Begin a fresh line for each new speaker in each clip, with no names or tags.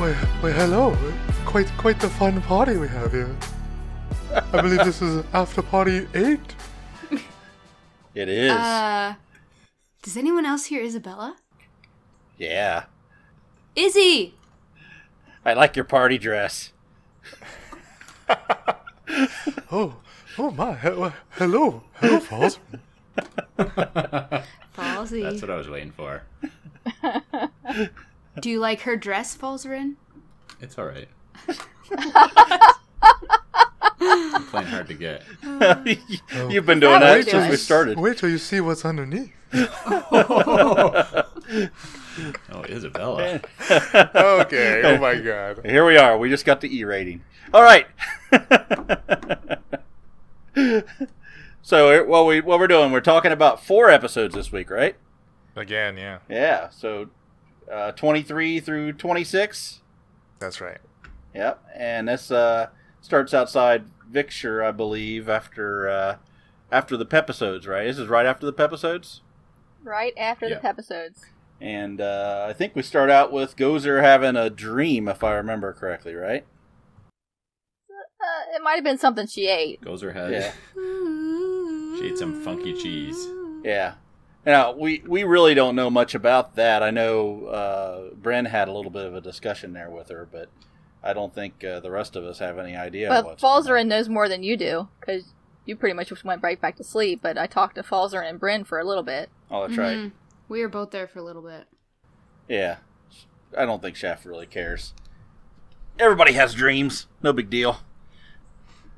Why, why, Oh. hello. Quite, quite the fun party we have here. I believe this is after party eight.
It is.
Uh, does anyone else hear Isabella?
yeah.
Izzy!
I like your party dress.
Oh, oh my. he- why, Hello. Hello, Falls.
Falsy.
That's what I was waiting for.
Do you like her dress, Falzarin?
It's all right. I'm playing hard to get.
You've been doing that
Wait till
since
you
we
s-
started.
Wait till you see what's underneath.
Oh, Isabella.
Okay. Oh my god.
Here we are. We just got the E rating. All right. so what we what we're doing? We're talking about four episodes this week, right?
Again, yeah.
Yeah. So uh, twenty three through twenty six.
That's right.
Yep. And this uh, starts outside Victor, I believe, after uh, after the Pepisodes, right? This is right after the Pepisodes.
Right after
Yeah.
the episodes.
And uh, I think we start out with Gozer having a dream, if I remember correctly, right?
Uh, it might have been something she ate.
Gozer has.
Yeah.
She ate some funky cheese.
Yeah. Now we we really don't know much about that. I know uh, Bren had a little bit of a discussion there with her, but I don't think uh, the rest of us have any idea.
but
what's going
Falzarin knows more than you do, because you pretty much just went right back to sleep, but I talked to Falzarin and Bryn for a little bit.
on. Oh, that's
Mm-hmm.
right.
Mhm. We were both there for a little bit.
Yeah. I don't think Shaft really cares. Everybody has dreams. No big deal.
Oh.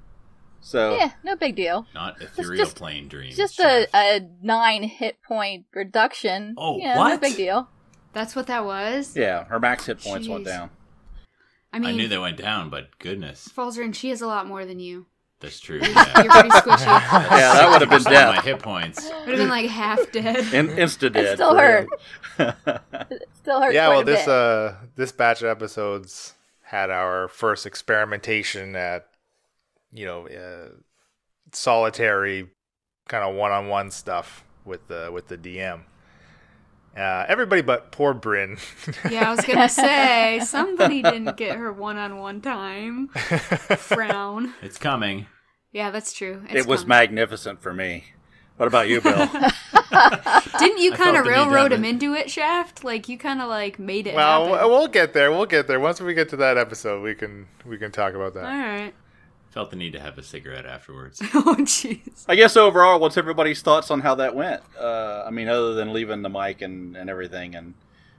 So
Yeah, no big deal.
Not ethereal
just-
plane dreams.
It's just a,
Shaft.
a nine hit point reduction.
Oh,
yeah, No
what?
big deal.
That's what that was?
yeah, her max hit points went
Jeez.
down.
I
I,
mean,
knew they went down, but goodness,
Falzarin, she has a lot more than you.
that's true. Yeah,
You're pretty squishy.
Yeah, that would have been
60% of My
death.
hit points.
Would have been like half dead.
In- Insta dead.
It still
for
hurt.
real.
It still hurts.
yeah
quite
well
a
this
bit.
uh this batch of episodes had our first experimentation at you know uh, solitary kind of one-on-one stuff with the with the dm uh, everybody but poor Bryn.
Yeah, I was gonna say somebody didn't get her one-on-one time. Frown.
It's coming.
Yeah, that's true.
it
It's
was
coming.
magnificent for me. What about you, Bill?
Didn't you
I
kind
felt
of
the need
railroad
to
him
have
into it, Shaft? Like you kind of like made it.
well,
happen.
w- we'll get there. We'll get there. Once we get to that episode, we can we can talk about
all
that.
right.
Felt the need to have a cigarette afterwards.
Oh jeez.
I guess overall, what's everybody's thoughts on how that went? Uh, I mean, other than leaving the mic and, and everything, and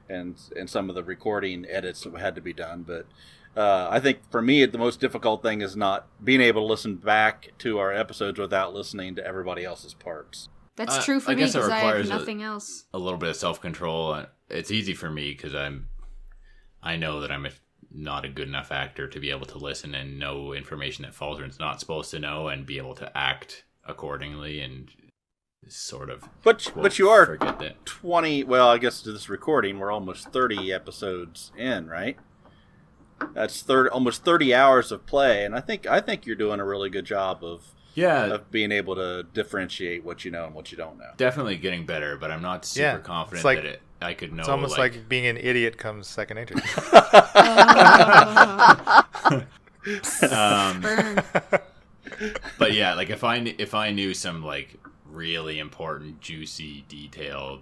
and and some of the recording edits that had to be done, but uh, I think for me, the most difficult thing is not being able to listen back to our episodes without listening to everybody else's parts.
That's
Uh,
true for
I
me
guess it
because I have
requires a-
nothing else.
a little bit of self control. It's easy for me because I'm, I know that I'm a, not a good enough actor to be able to listen and know information that Falzarin's not supposed to know and be able to act accordingly and sort of.
But
quote,
but you are
forget that.
twenty. Well, I guess to this recording, we're almost thirty episodes in, right? That's third almost thirty hours of play, and I think I think you're doing a really good job of
Yeah,
of being able to differentiate what you know and what you don't know.
definitely getting better, but I'm not super
Yeah,
confident
it's like-
that it, I could know.
It's almost like, being an idiot comes second nature.
Oh.
um,
Burn.
but yeah, like if I kn- if I knew some like really important, juicy detail,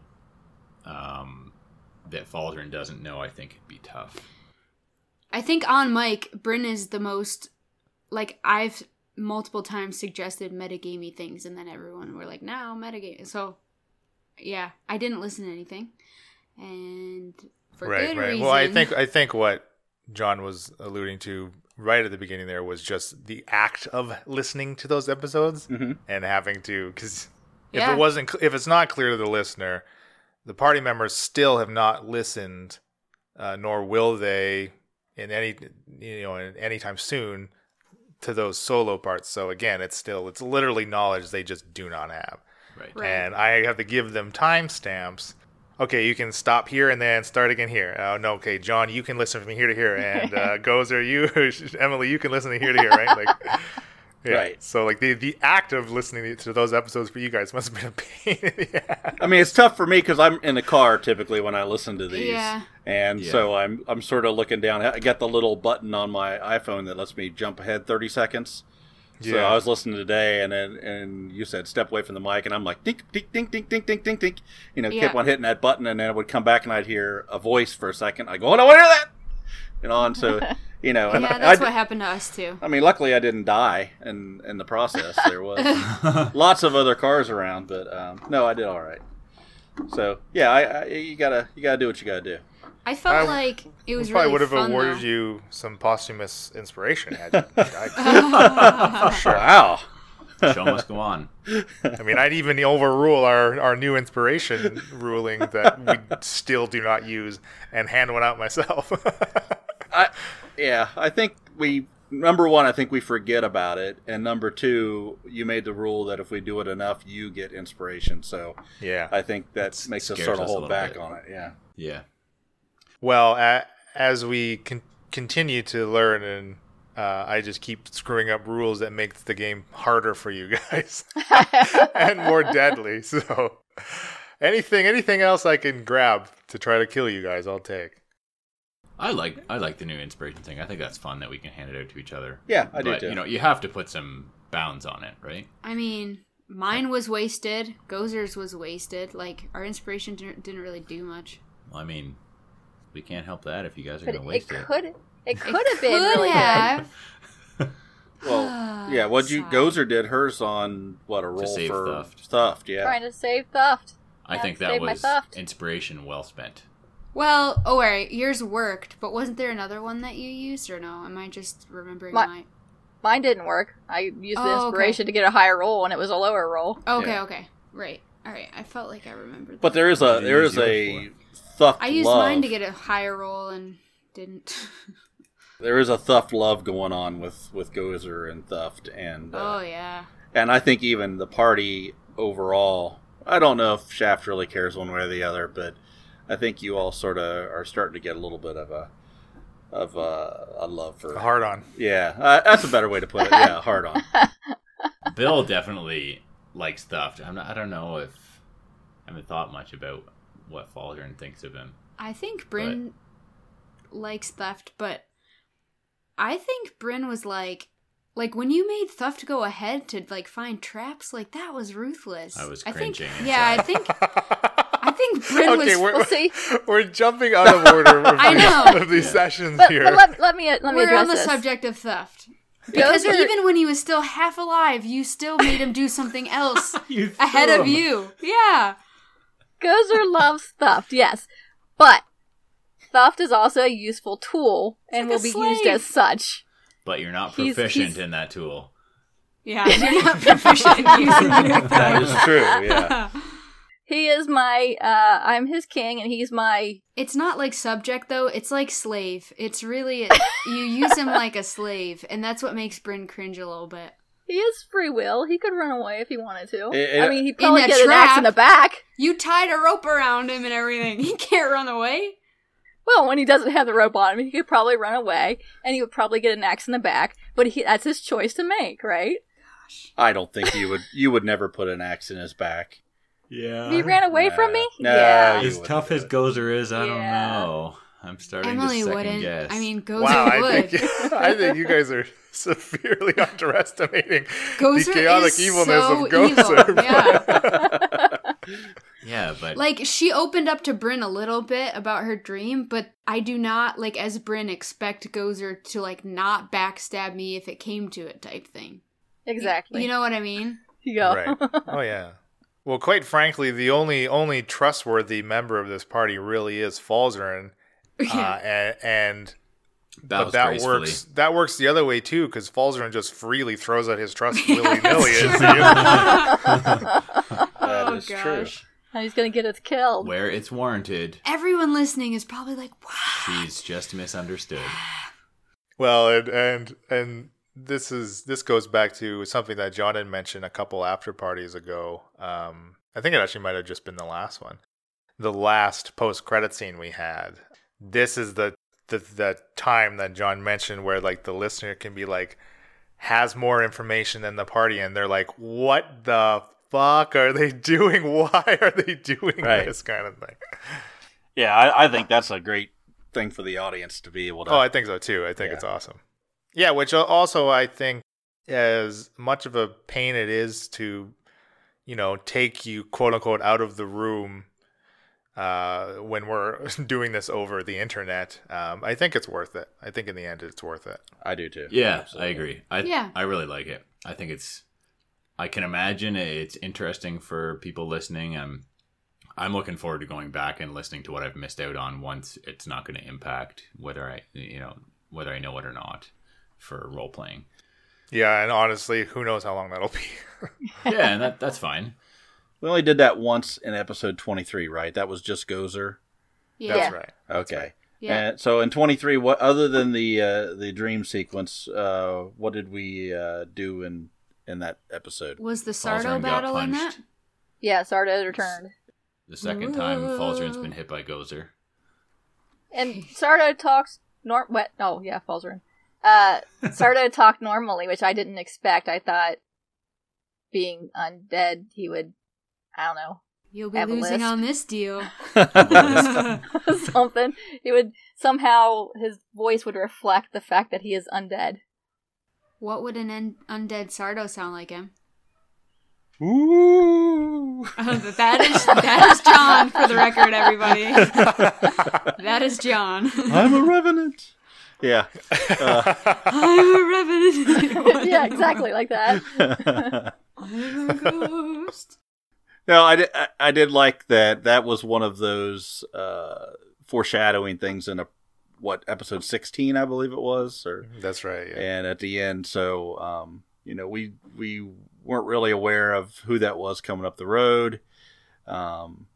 um, that Falzarin doesn't know, I think it'd be tough.
I think on mic, Bryn is the most like I've multiple times suggested metagamey things, and then everyone were like, "No, metagame." So, yeah, I didn't listen to anything, and for
right,
good
right.
reason.
Well, I think I think what John was alluding to right at the beginning there was just the act of listening to those episodes
Mhm.
and having to because if
Yeah.
it wasn't cl- if it's not clear to the listener, the party members still have not listened, uh, nor will they in any you know in anytime soon to those solo parts. So again, it's still it's literally knowledge they just do not have
Right.
Right.
and I have to give them timestamps. Okay, you can stop here and then start again here. Oh no, okay, John, you can listen from here to here, and uh, Gozer, you, Emily, you can listen to here to here, right? Like, yeah.
Right.
So like the the act of listening to those episodes for you guys must have been a pain. yeah.
I mean, it's tough for me because I'm in the car typically when I listen to these.
Yeah.
and
Yeah.
so I'm I'm sort of looking down. I got the little button on my iPhone that lets me jump ahead 30 seconds. So
Yeah.
I was listening today, and then and you said step away from the mic, and I'm like dink dink dink dink dink dink dink dink. You know,
Yeah.
kept on hitting that button, and then I would come back, and I'd hear a voice for a second. I go, oh, I want to hear that, and on. So you know, and
Yeah,
I,
that's what happened to us too.
I mean, luckily I didn't die in in the process. There was lots of other cars around, but um, no, I did all right. So yeah, I, I you gotta you gotta do what you gotta do.
I felt
I-
like it was
we probably
really
would have
fun,
awarded
though.
you some posthumous inspiration had you died.
Wow.
Show must go on.
I mean, I'd even overrule our, our new inspiration ruling that we still do not use and hand one out myself.
I, yeah, I think we number one, I think we forget about it, and number two, you made the rule that if we do it enough, you get inspiration. So
yeah.
I think that makes us
scares
sort of
us a
hold
little
back
bit.
on it. Yeah.
Yeah.
Well, a as we con- continue to learn, and uh, I just keep screwing up rules that make the game harder for you guys uh, and more deadly. So, anything, anything else I can grab to try to kill you guys, I'll take.
I like I like the new inspiration thing. I think that's fun that we can hand it out to each other.
Yeah, I do
but,
too.
You know, you have to put some bounds on it, right?
I mean, mine was wasted. Gozer's was wasted. Like our inspiration didn't didn't really do much.
Well, I mean, we can't help that if you guys are
But
going
it,
to
it
waste it.
could it
It
could have been
could
really good.
have.
well, yeah. What you
Sigh.
Gozer did hers on what a roll
save
for
theft.
theft, Yeah.
Trying to save theft.
I think
Yeah,
that
save my
was
theft.
inspiration well spent.
Well, oh wait, yours worked, but wasn't there another one that you used or no? Am I just remembering
My-
my? mine?
Mine didn't work. I used
Oh,
the
okay.
inspiration to get a higher roll, and it was a lower roll.
Okay,
Yeah.
okay, right, all right. I felt like I remembered.
But
that.
there is
What
a
did you
there
use
is
yours
a theft.
I used
love.
mine to get a higher roll and didn't.
There is a theft love going on with with Gozer and theft, and uh,
oh yeah.
and I think even the party overall. I don't know if Shaft really cares one way or the other, but I think you all sort of are starting to get a little bit of a of a, a love for.
Hard on.
yeah, uh, that's a better way to put it. Yeah, hard on.
Bill definitely likes theft. I'm not, I don't know if I haven't thought much about what Faldron thinks of him.
I think Bryn likes theft, but I think Bryn was like, like when you made theft go ahead to like find traps, like that was ruthless.
I was
I
cringing
think, yeah, I
inside.
think I think Bryn
okay,
was.
we're,
We'll see.
we're jumping out of order of
I
these,
know.
of these sessions
But,
here.
but let, let me let me
we're
address
on the
this.
subject of theft because
Gozer-
even when he was still half alive, you still made him do something else
You
ahead
threw
of
him.
you. Yeah,
Gozer loves theft, yes. But theft is also a useful tool and
like a
will be used
slave.
as such.
But you're not
He's-
proficient
he's-
in that tool.
yeah. You're not proficient in using your
That
theft.
is true. Yeah.
He is my uh I'm his king and he's my
It's not like subject though. It's like slave. It's really you use him like a slave, and that's what makes Bryn cringe a little bit.
he is free will. He could run away if he wanted to.
Eh, eh,
I mean he'd probably
that
get an axe in the
trap.
back.
You tied a rope around him and everything. He can't run away.
Well, when he doesn't have the rope on him, he could probably run away and he would probably get an axe in the back, but he, that's his choice to make, right?
I don't think you would you would never put an axe in his back.
Yeah.
If he ran away from
Nah.
me?
Nah,
yeah.
you
As
wouldn't
tough
do
as
it.
Gozer is, I
Yeah.
don't know. I'm starting
Emily
to 2nd
wouldn't.
guess.
I mean, Gozer
Wow, I
would.
think, I think you guys are severely underestimating the
Gozer
chaotic
is
evilness
so
of Gozer.
evil. Yeah.
yeah, but
Like she opened up to Bryn a little bit about her dream, but I do not like as Bryn expect Gozer to like not backstab me if it came to it type thing.
Exactly.
You know what I mean?
Yeah.
Right. Oh yeah. Well, quite frankly, the only only trustworthy member of this party really is Falzarin, uh, and, and
that,
but that
gracefully.
works. That works the other way too, because Falzarin just freely throws out his trust willy nilly.
That
Oh,
is
gosh.
true.
And he's gonna get us killed.
Where it's warranted,
Everyone listening is probably like, "Wow."
she's just misunderstood.
Well, and and and this is this goes back to something that John had mentioned a couple after parties ago. Um, I think it actually might have just been the last one, the last post credit scene we had. This is the the the time that John mentioned where like the listener can be like has more information than the party, and they're like, "What the fuck are they doing? Why are they doing
Right.
this kind of thing?"
Yeah, I, I think that's a great thing for the audience to be able to.
Oh, I think so too. I think
Yeah.
it's awesome. Yeah, which al- also I think as much of a pain it is to, you know, take you quote unquote out of the room uh, when we're doing this over the internet. Um, I think it's worth it. I think in the end it's worth it.
I do too.
Yeah,
Absolutely.
I agree. I
Yeah.
I really like it. I think it's I can imagine it's interesting for people listening. I'm I'm looking forward to going back and listening to what I've missed out on once it's not going to impact whether I you know whether I know it or not for role playing.
Yeah, and honestly, who knows how long that'll be.
Yeah, and that that's fine.
We only did that once in episode 23, right? That was just Gozer.
Yeah.
That's right.
Okay.
Yeah.
And so in 23, what other than the uh, the dream sequence, uh, what did we uh, do in in that episode?
Was the
Falzarin
Sardo
got
battle in that?
punched.
Yeah, Sarda returned.
The second time Falzarin's
Ooh.
been hit by Gozer.
And Sarda talks norm. What? Oh yeah, Falzarin. Uh, Sarda talked normally, which I didn't expect. I thought being undead, he would, I don't know,
You'll be
Have a
losing
list.
on this deal.
something. He would somehow his voice would reflect the fact that he is undead.
what would an un- undead Sardo sound like him?
Ooh.
that is that is John for the record, everybody. that is John.
I'm a revenant. Yeah. Uh,
I'm a revenant.
yeah, exactly like that.
I'm a ghost.
No, I did, I, I did like that. That was one of those uh, foreshadowing things in a what episode sixteen, I believe it was, or
That's right. Yeah.
and at the end, so um, you know, we we weren't really aware of who that was coming up the road. Um,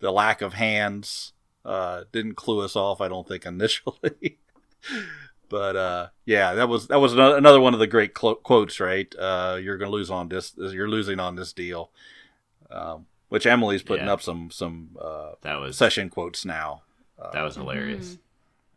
the lack of hands uh, didn't clue us off, I don't think initially. but uh, yeah, that was that was ano- another one of the great clo- quotes, right? Uh, you're gonna lose on this. You're losing on this deal. Um, which Emily's putting
Yeah.
up some some uh,
That was
session quotes now. Uh,
that was hilarious.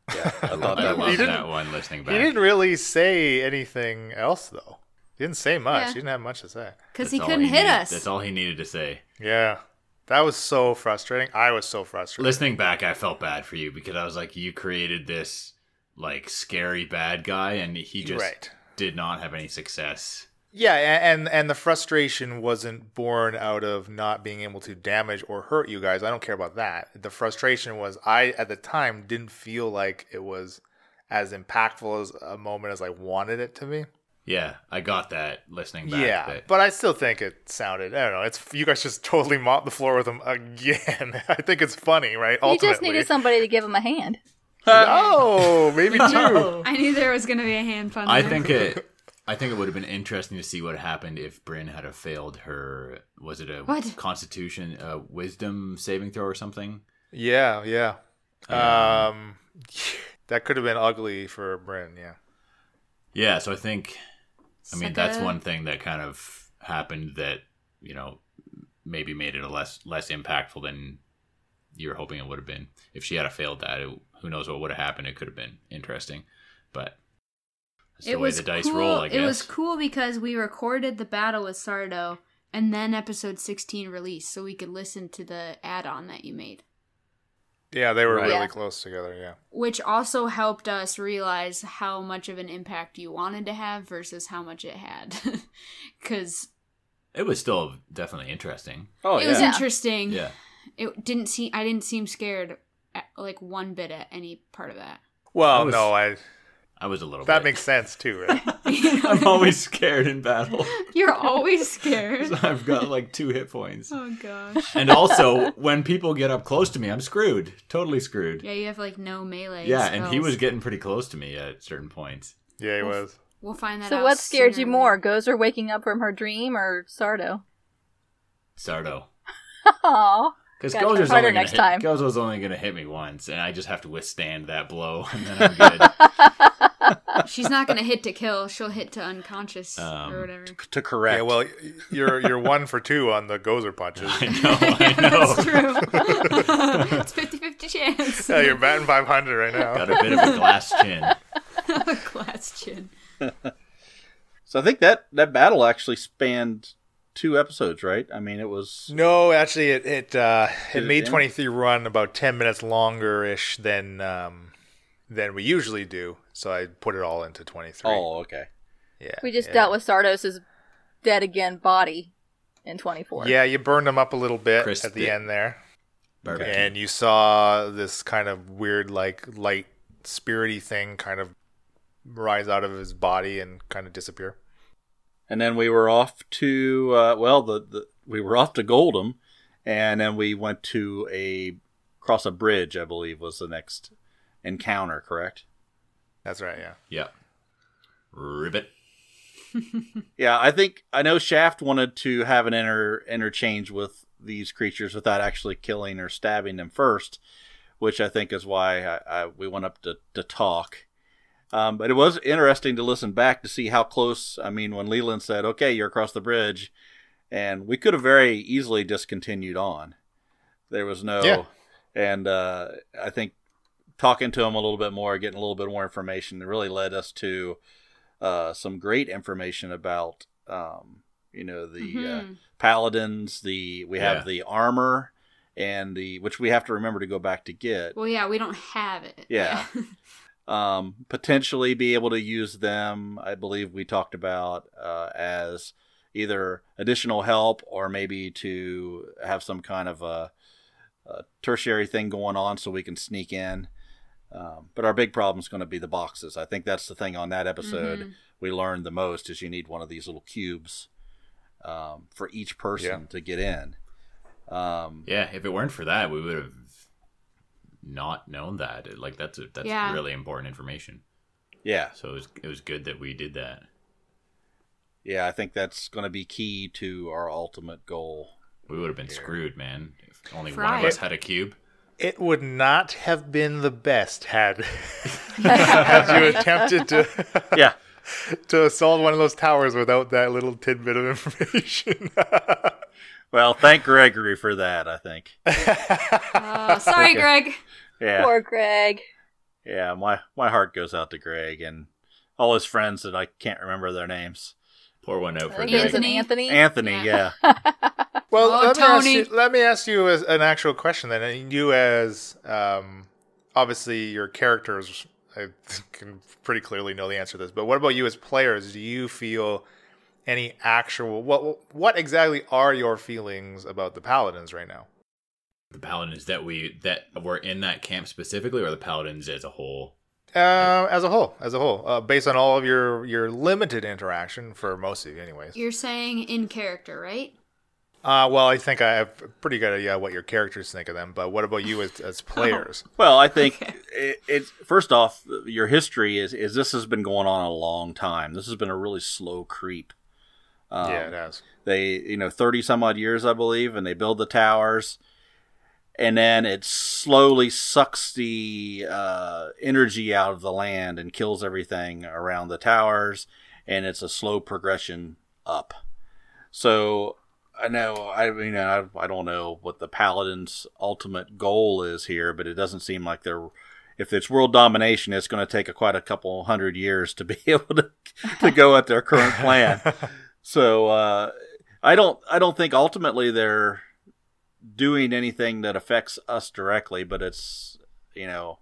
Hmm.
yeah, I
Mm-hmm.
thought
I
that
love
was
that one listening
He
back.
didn't really say anything else though. He didn't say much.
Yeah.
He didn't have much to say.
Because
That's
he
all
couldn't hit
needed-
us.
That's all he needed to say.
Yeah. That was so frustrating. I was so frustrated.
listening back i felt bad for you because i was like you created this like scary bad guy and he just
Right.
did not have any success
Yeah, a- and and the frustration wasn't born out of not being able to damage or hurt you guys. I don't care about that. The frustration was I at the time didn't feel like it was as impactful as a moment as I wanted it to be.
yeah i got that listening back
yeah,
that-
but I still think it sounded. I don't know. It's you guys just totally mopped the floor with him again. I think it's funny, right?
He just needed somebody to give him a hand.
Oh, maybe two.
I knew there was going to be a hand pun.
i
there.
think it i think it would have been interesting to see what happened if bryn had have failed her was it a
What?
constitution uh, wisdom saving throw or something
Yeah, yeah. Um, that could have been ugly for Bryn. Yeah.
yeah so i think I mean,
Suck
that's
it.
one thing that kind of happened that you know maybe made it a less less impactful than you were hoping it would have been. If she had a failed that, it, who knows what would have happened? It could have been interesting, but that's the way the dice
cool.
roll. I guess
It was cool because we recorded the battle with Sardo and then episode 16 released so we could listen to the add-on that you made,
Yeah, they were
Right.
really
Yeah.
close together. Yeah.
which also helped us realize how much of an impact you wanted to have versus how much it had. Cuz
It was still definitely interesting.
Oh
it
yeah.
was
Yeah.
interesting.
Yeah,
It didn't seem I didn't seem scared at, like one bit at any part of that.
Well,
I was-
no, I
I was a little.
that
bit-
makes sense too, right?
I'm always scared in battle.
You're always scared.
I've got like two hit points.
Oh gosh.
And also, when people get up close to me, I'm screwed. Totally screwed.
Yeah, you have like no melee.
yeah and he
spells.
was getting pretty close to me at certain points.
yeah, it was.
We'll find that out.
So what scared you
sooner
more,
or
Gozer waking up from her dream or Sardo?
Sardo.
Aw.
Because
Gotta
Gozer's
try
only
harder
gonna
next
hit,
time.
Gozer's only gonna hit me once, and I just have to withstand that blow, and then I'm good.
later. She's not going to hit to kill. She'll hit to unconscious
Um,
or whatever.
to correct.
Yeah, well, y- you're you're one for two on the Gozer punches.
I know, I
Yeah, That's
know.
true. it's 50 50 chance.
yeah, you're batting 500 right now.
Got a bit of a glass chin.
Glass chin.
So I think that that battle actually spanned two episodes, right? I mean, it was
No, actually, it it uh,
Did
it
it
made
end?
twenty three run about ten minutes longer ish than um, than we usually do. So I put it all into twenty three.
oh okay.
yeah.
We just
yeah.
dealt with Sardos's dead again body in 24.
Yeah, you burned them up a little bit
Chris
at the
did.
end there,
Barbecue.
and you saw this kind of weird, like light spirity thing, kind of rise out of his body and kind of disappear.
And then we were off to uh, well, the, the we were off to Goldham, and then we went to a cross a bridge, I believe, was the next encounter. Correct?
That's right. Yeah.
Yeah. Ribbit.
Yeah, I think I know Shaft wanted to have an inter interchange with these creatures without actually killing or stabbing them first, which I think is why I, I, we went up to, to talk. Um, but it was interesting to listen back to see how close. I mean, when Leland said, "Okay, you're across the bridge," and we could have very easily discontinued on. There was no,
Yeah.
and uh, I think talking to him a little bit more, getting a little bit more information, really led us to uh, some great information about um, you know the uh,
Mhm.
paladins. The we have
Yeah.
the armor and the which we have to remember to go back to get.
well, yeah, we don't have it.
Yeah. Um, potentially be able to use them. I believe we talked about uh, as either additional help or maybe to have some kind of a, a tertiary thing going on so we can sneak in. Um, but our big problem is going to be the boxes. I think that's the thing on that episode
Mhm.
we learned the most is you need one of these little cubes um, for each person to get in. Um,
Yeah, if it weren't for that, we would have not known that. It- Like that's a, that's
Yeah.
really important information.
yeah,
So it was, it was good that we did that.
yeah, I think that's going to be key to our ultimate goal.
We would have been screwed, man. If only one
Fried.
of us had a cube.
It would not have been the best had had you attempted to
Yeah,
to assault one of those towers without that little tidbit of information.
well, thank Gregory for that. I think.
Oh, sorry,
Okay.
Greg.
Yeah,
Poor Greg.
yeah. My my heart goes out to Greg and all his friends that I can't remember their names.
Pour one out for
I think
Greg.
it's an Anthony.
Anthony.
Yeah.
Yeah.
well,
Oh,
let, Me
Tony.
ask you, let me ask you as an actual question then. And you, as um, obviously your characters, I can pretty clearly know the answer to this. But what about you as players? Do you feel any actual what what exactly are your feelings about the paladins right now?
the paladins that we that were in that camp specifically, or the paladins as a whole.
Uh, as a whole, as a whole, uh, based on all of your your limited interaction for most of you, anyways.
You're saying in character, right?
Uh, well, I think I have a pretty good idea what your characters think of them, but what about you as, as
Oh.
players?
Well, I think
Okay.
it, it's first off, your history is is this has been going on a long time. This has been a really slow creep. Um,
yeah, it has.
they you know 30 some odd years i believe and they build the towers and then it slowly sucks the uh, energy out of the land and kills everything around the towers and it's a slow progression up so i know i mean i, I don't know what the paladin's ultimate goal is here but it doesn't seem like they're if it's world domination, it's going to take a, quite a couple hundred years to be able to, to go at their current plan. So uh, I don't I don't think ultimately they're doing anything that affects us directly, but it's you know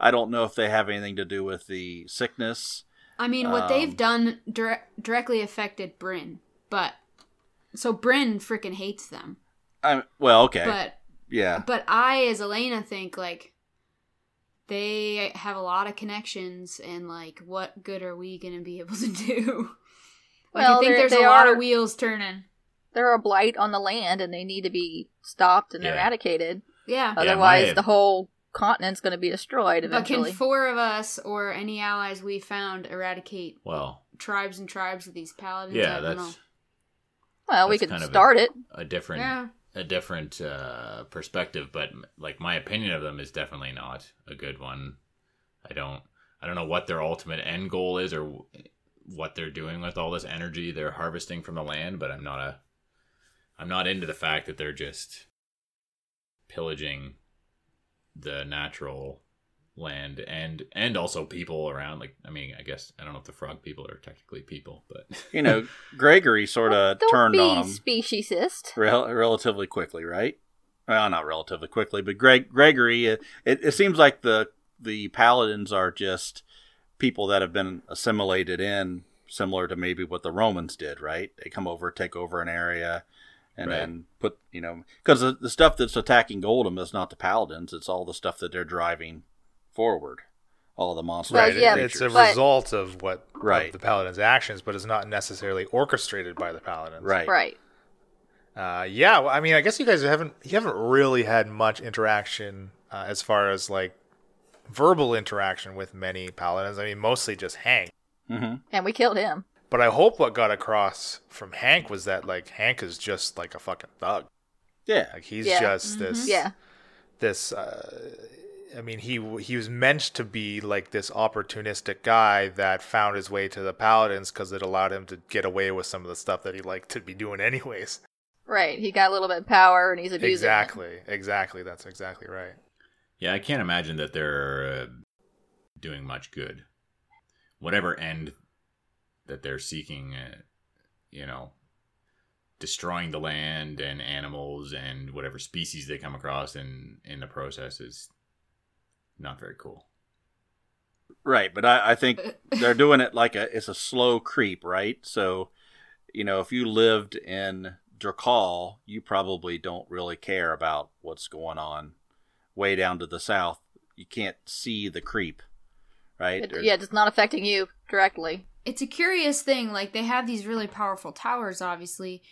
I don't know if they have anything to do with the sickness.
I mean, what
Um,
they've done dire- directly affected Bryn, but so Bryn freaking hates them.
I well okay
But
yeah
but I, as Elena, think like they have a lot of connections, and like, what good are we gonna be able to do? like,
Well,
I think
they're-
there's
they
a lot
are-
of wheels turning.
They're a blight on the land and they need to be stopped and
Yeah.
eradicated.
Yeah.
my-
Otherwise, the whole continent's going to be destroyed
But can
eventually.
four of us or any allies we found eradicate
Well,
tribes and tribes of these paladins?
yeah,
I don't know.
that's
well, we
that's
could
kind of a-
start it.
a different
yeah.
a different uh, perspective, but m- like my opinion of them is definitely not a good one. I don't I don't know what their ultimate end goal is or w- what they're doing with all this energy they're harvesting from the land, but I'm not a I'm not into the fact that they're just pillaging the natural land and and also people around like i mean i guess i don't know if the frog people are technically people but
You know, Gregory sort of
Don't
turned
be
on him.
speciesist.
rel- relatively quickly, right? Well, not relatively quickly, but Greg Gregory. uh, It, it seems like the the paladins are just people that have been assimilated in, similar to maybe what the Romans did, right? They come over, take over an area, and
Right.
then put you know because the, the stuff that's attacking Goldham is not the paladins; it's all the stuff that they're driving forward, all the monsters.
Well,
and
yeah,
it's a
creatures.
but-
result of what of
Right.
the paladin's actions, but it's not necessarily orchestrated by the paladins.
right.
Right.
Uh, yeah. Well, I mean, I guess you guys haven't you haven't really had much interaction uh, as far as like verbal interaction with many paladins. I mean, mostly just Hank.
hmm
And we killed him.
But I hope what got across from Hank was that like Hank is just like a fucking thug.
Yeah,
Like he's
Yeah. Mm-hmm.
just
Hmm?
this
Yeah.
this uh, i mean he he was meant to be like this opportunistic guy that found his way to the paladins because it allowed him to get away with some of the stuff that he liked to be doing anyways
Right. He got a little bit of power and he's abusing it.
exactly exactly that's exactly right
yeah i can't imagine that they're uh, doing much good whatever end that they're seeking uh, you know destroying the land and animals and whatever species they come across in in the process is not very cool
right. But I, I think they're doing it like a it's a slow creep, right? So, you know, if you lived in Drakal, you probably don't really care about what's going on way down to the south. You can't see the creep, right?
It-
Or-
yeah, it's not affecting you directly.
it's a curious thing. Like they have these really powerful towers, obviously,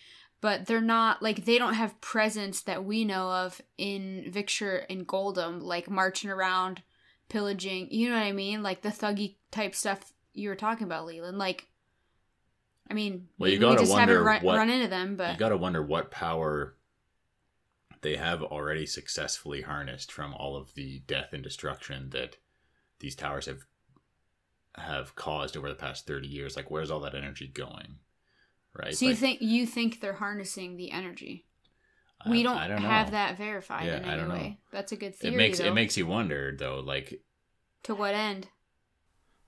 but they're not like they don't have presence that we know of in Victor and Goldum, like marching around, pillaging. You know what I mean? Like the thuggy type stuff you were talking about, Leland. Like, I mean,
Well,
we-
you
we
gotta
just
wonder
haven't run,
what-
run into them, but
you got to wonder what power they have already successfully harnessed from all of the death and destruction that these towers have have caused over the past 30 years like where's all that energy going right
so you
Like,
think you think they're harnessing the energy?
I-
we don't,
I
have
know.
that verified
Yeah,
in
I
any
don't know.
way. That's a good theory.
it makes
though.
it makes you wonder though like
to what end?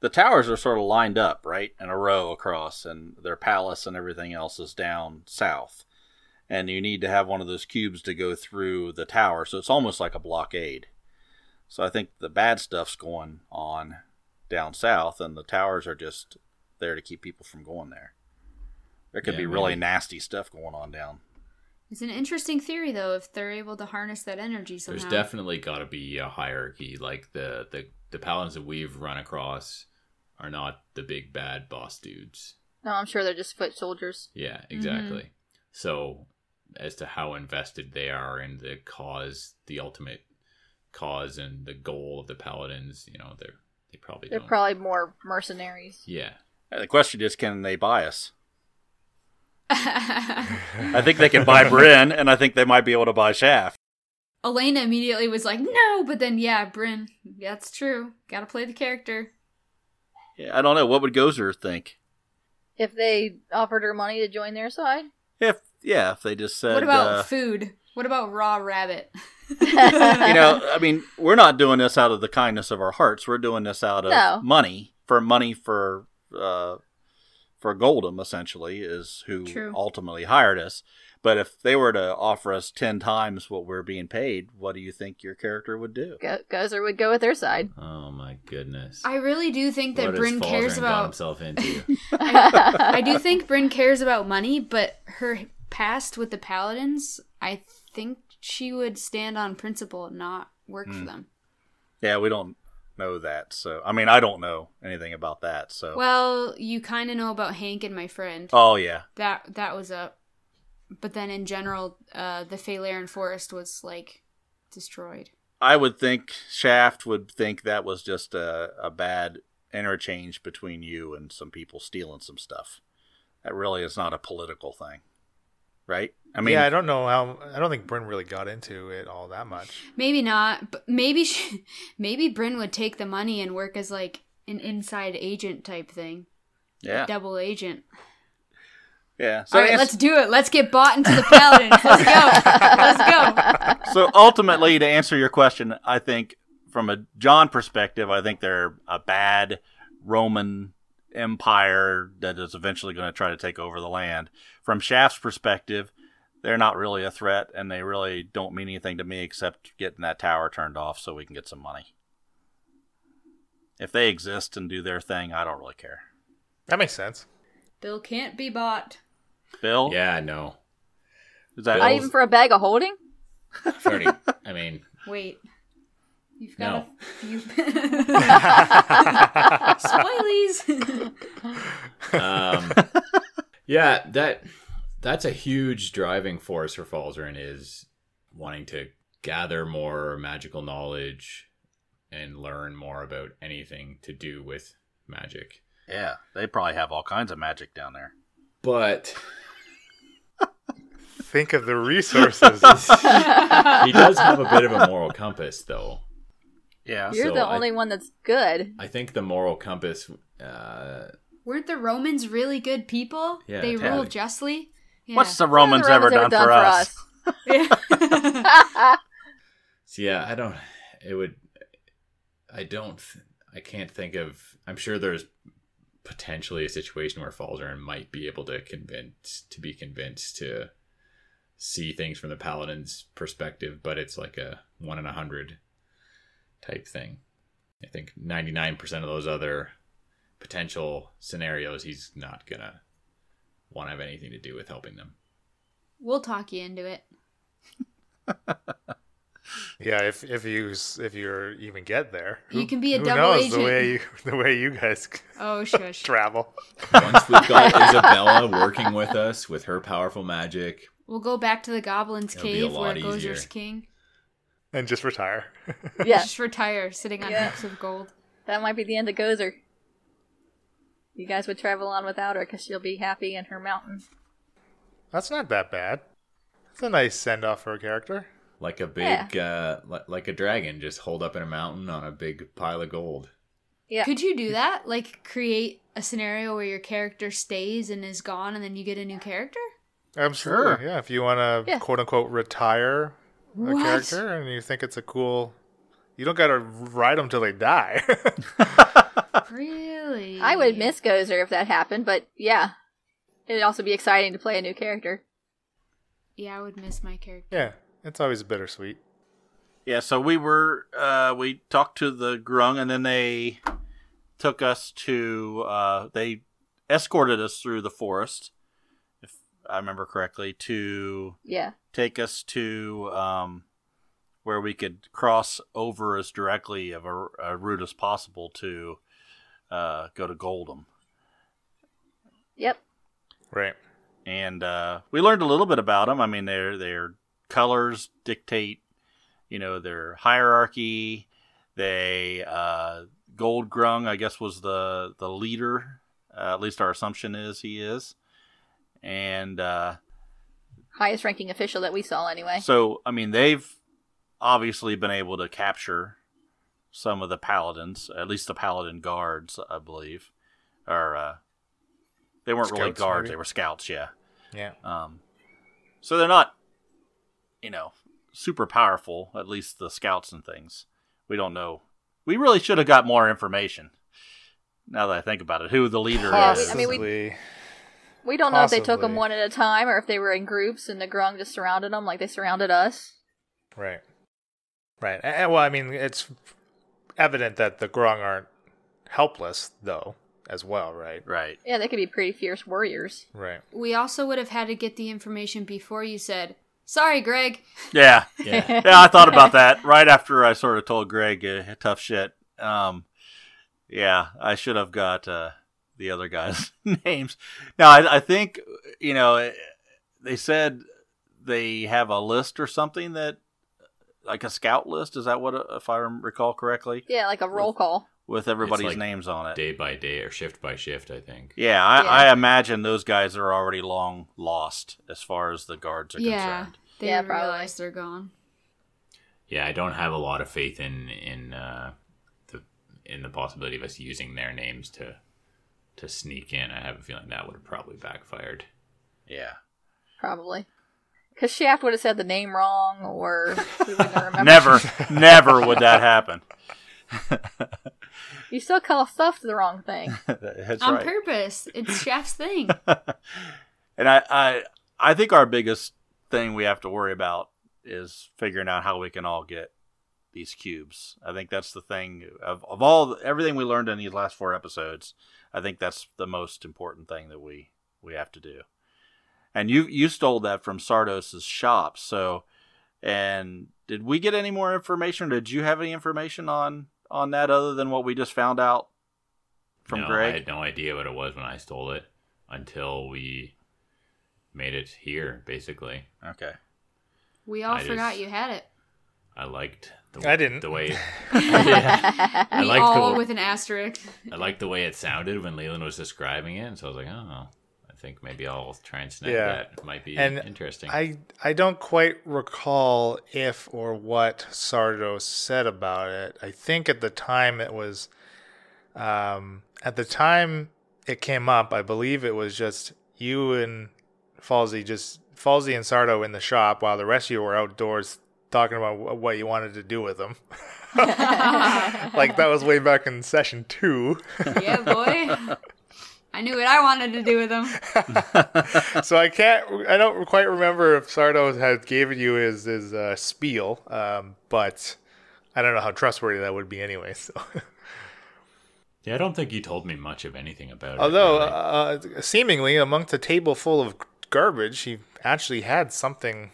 the towers are sort of lined up, right, in a row across, and their palace and everything else is down south. And you need to have one of those cubes to go through the tower, so it's almost like a blockade. So I think the bad stuff's going on down south, and the towers are just there to keep people from going there. There could
Yeah,
be really
maybe.
nasty stuff going on down.
It's an interesting theory, though, if they're able to harness that energy somehow.
there's definitely got to be a hierarchy like the the the paladins that we've run across are not the big bad boss dudes
No, I'm sure they're just foot soldiers.
Yeah,
Mm-hmm.
exactly. So, as to how invested they are in the cause, the ultimate cause and the goal of the paladins, you know, they're they probably
They're
don't.
probably more mercenaries.
yeah,
Uh, The question is, can they buy us? I think they can buy Bryn, and I think they might be able to buy Shaft.
Elena immediately was like, no, but then, yeah, Bryn, that's true. Gotta play the character.
Yeah, I don't know. What would Gozer think?
If they offered her money to join their side,
If yeah, if they just said,
what about
uh,
food? What about raw rabbit?
you know, I mean, we're not doing this out of the kindness of our hearts. We're doing this out of
No.
money for money for uh, for Goldem essentially is who
True.
ultimately hired us. But if they were to offer us ten times what we're being paid, what do you think your character would do?
Go- Gozer would go with their side.
Oh my goodness.
I really do think that
What has
Bryn cares
Falzarin got
about.
himself into.
I do think Bryn cares about money, but her past with the paladins, I think she would stand on principle and not work for them.
Yeah, we don't know that. So I mean, I don't know anything about that. So
Well, you kind of know about Hank and my friend.
oh yeah,
that that was up. But then in general, uh, the Falaran forest was like destroyed.
I would think Shaft would think that was just a, a bad interchange between you and some people stealing some stuff. That really is not a political thing, right? I mean,
yeah i don't know how i don't think bryn really got into it all that much
Maybe not, but maybe she, maybe Bryn would take the money and work as like an inside agent type thing,
yeah,
double agent.
yeah. So,
All right,
ans-
let's do it. Let's get bought into the paladins. let's go. Let's go.
so ultimately, to answer your question, I think from a John perspective, I think they're a bad Roman empire that is eventually going to try to take over the land. From Shaft's perspective, they're not really a threat, and they really don't mean anything to me except getting that tower turned off so we can get some money. If they exist and do their thing, I don't really care.
That makes sense.
Bill can't be bought.
Bill,
Yeah, no.
is that
Not even for a bag of holding?
It's already- I mean,
Wait. You've got
No.
a few. Spoilies!
um, yeah, that that's a huge driving force for Falzern is wanting to gather more magical knowledge and learn more about anything to do with magic.
yeah? They probably have all kinds of magic down there.
But
Think of the resources.
he does have a bit of a moral compass, though.
Yeah,
You're
So
the
I-
only one that's good.
I think the moral compass. Uh,
Weren't the Romans really good people?
Yeah,
they
totally.
ruled justly. Yeah.
What's the
What have
Romans,
the
ever, done, for us?
Yeah.
so yeah, I don't. It would. I don't. th- I can't think of. I'm sure there's potentially a situation where Falzern might be able to convince to be convinced to see things from the paladin's perspective, but it's like a one in a hundred type thing. I think 99% of those other potential scenarios, he's not gonna want to have anything to do with helping them.
we'll talk you into it.
yeah, if if you s- if you even get there,
You
Who-
can be a
who
double
knows
agent.
The way you the way you guys
Oh, shush.
travel.
Once we've got Isabella working with us with her powerful magic,
We'll go back to the Goblin's
It'll be a
Cave where
lot
Gozer's
easier.
king.
and just retire.
yeah,
Just retire sitting on
Yeah.
heaps of gold.
that might be the end of Gozer. You guys would travel on without her because she'll be happy in her mountain.
That's not that bad. That's a nice send off for a character.
like a big, uh, li- like a dragon, just holed up in a mountain on a big pile of gold.
Yeah.
Could you do that? Like create a scenario where your character stays and is gone and then you get a new character?
Absolutely.
Sure.
Yeah, if you want to
Yeah.
quote unquote retire a
What?
character and you think it's a cool, you don't got to ride them till they die.
Really?
I would miss Gozer if that happened, but yeah. It'd also be exciting to play a new character.
Yeah, I would miss my character.
yeah, it's always bittersweet.
Yeah, so we were uh, we talked to the Grung, and then they took us to uh, they escorted us through the forest, if I remember correctly, to
Yeah.
take us to um, where we could cross over as directly of a, a route as possible to uh, go to Goldham.
Yep.
Right.
and uh, we learned a little bit about them. I mean, their their colors dictate, you know, their hierarchy. They uh, Gold Grung, I guess, was the the leader. Uh, at least our assumption is he is, and uh,
Highest ranking official that we saw anyway.
so I mean they've obviously been able to capture some of the paladins, at least the paladin guards, I believe, or uh, they weren't really
Scouts,
guards;
maybe?
they were scouts. Yeah.
Yeah.
Um, so they're not, you know, super powerful. At least the scouts and things. We don't know. We really should have got more information. Now that I think about it, who the leader
Yeah,
is?
I mean, we-
Possibly.
We don't know if they took them
Possibly.
one at a time or if they were in groups and the Grung just surrounded them like they surrounded us.
Right. Right. A- a- well, I mean, it's evident that the Grung aren't helpless, though, as well, right?
right.
Yeah, they could be pretty fierce warriors.
Right.
We also would have had to get the information before you said, sorry, Greg.
Yeah.
Yeah,
Yeah, I thought about that right after I sort of told Greg uh, tough shit. Um, yeah, I should have got uh, the other guys' names. Now I, I think you know eh, they said they have a list or something that like a scout list. Is that what uh, if I rem- recall correctly
Yeah, like a roll
With-
call.
with everybody's
like
names on it?
day by day or shift by shift. I think.
Yeah, I,
Yeah.
I imagine those guys are already long lost as far as the guards are
Yeah.
concerned.
They
Yeah,
didn't
probably.
realize they're gone.
Yeah, I don't have a lot of faith in in uh, the in the possibility of us using their names to to sneak in. I have a feeling that would have probably backfired.
Yeah.
Probably. Because Shaft would have said the name wrong, or we wouldn't have remembered.
Never, never would that happen.
You still call stuff the wrong thing.
That's
on
right.
purpose. It's Shaft's thing.
and I, I I think our biggest thing we have to worry about is figuring out how we can all get these cubes. I think that's the thing of, of all everything we learned in these last four episodes. I think that's the most important thing that we we have to do. And you you stole that from Sardos's shop. So, and did we get any more information? Did you have any information on on that other than what we just found out from
No, I
Greg?
had no idea what it was when I stole it until we made it here. Basically,
Okay.
We all
I just-
forgot you had it.
I liked the
I didn't.
the way
We
liked
all
the-
with an asterisk.
I liked the way it sounded when Leland was describing it, and so I was like, oh, I think maybe I'll try and snag
Yeah.
that. It might be
And
interesting.
I I don't quite recall if or what Sardo said about it. I think at the time it was, um, at the time it came up, I believe it was just you and Falsey, just Falsey and Sardo in the shop while the rest of you were outdoors talking about wh- what you wanted to do with them. like that was way back in session two.
yeah, boy. I knew what I wanted to do with them.
so I can't. I don't quite remember if Sardo had given you his his uh, spiel, um, but I don't know how trustworthy that would be anyway. So,
yeah, I don't think he told me much of anything about it.
although
really.
uh, seemingly amongst a table full of garbage, he actually had something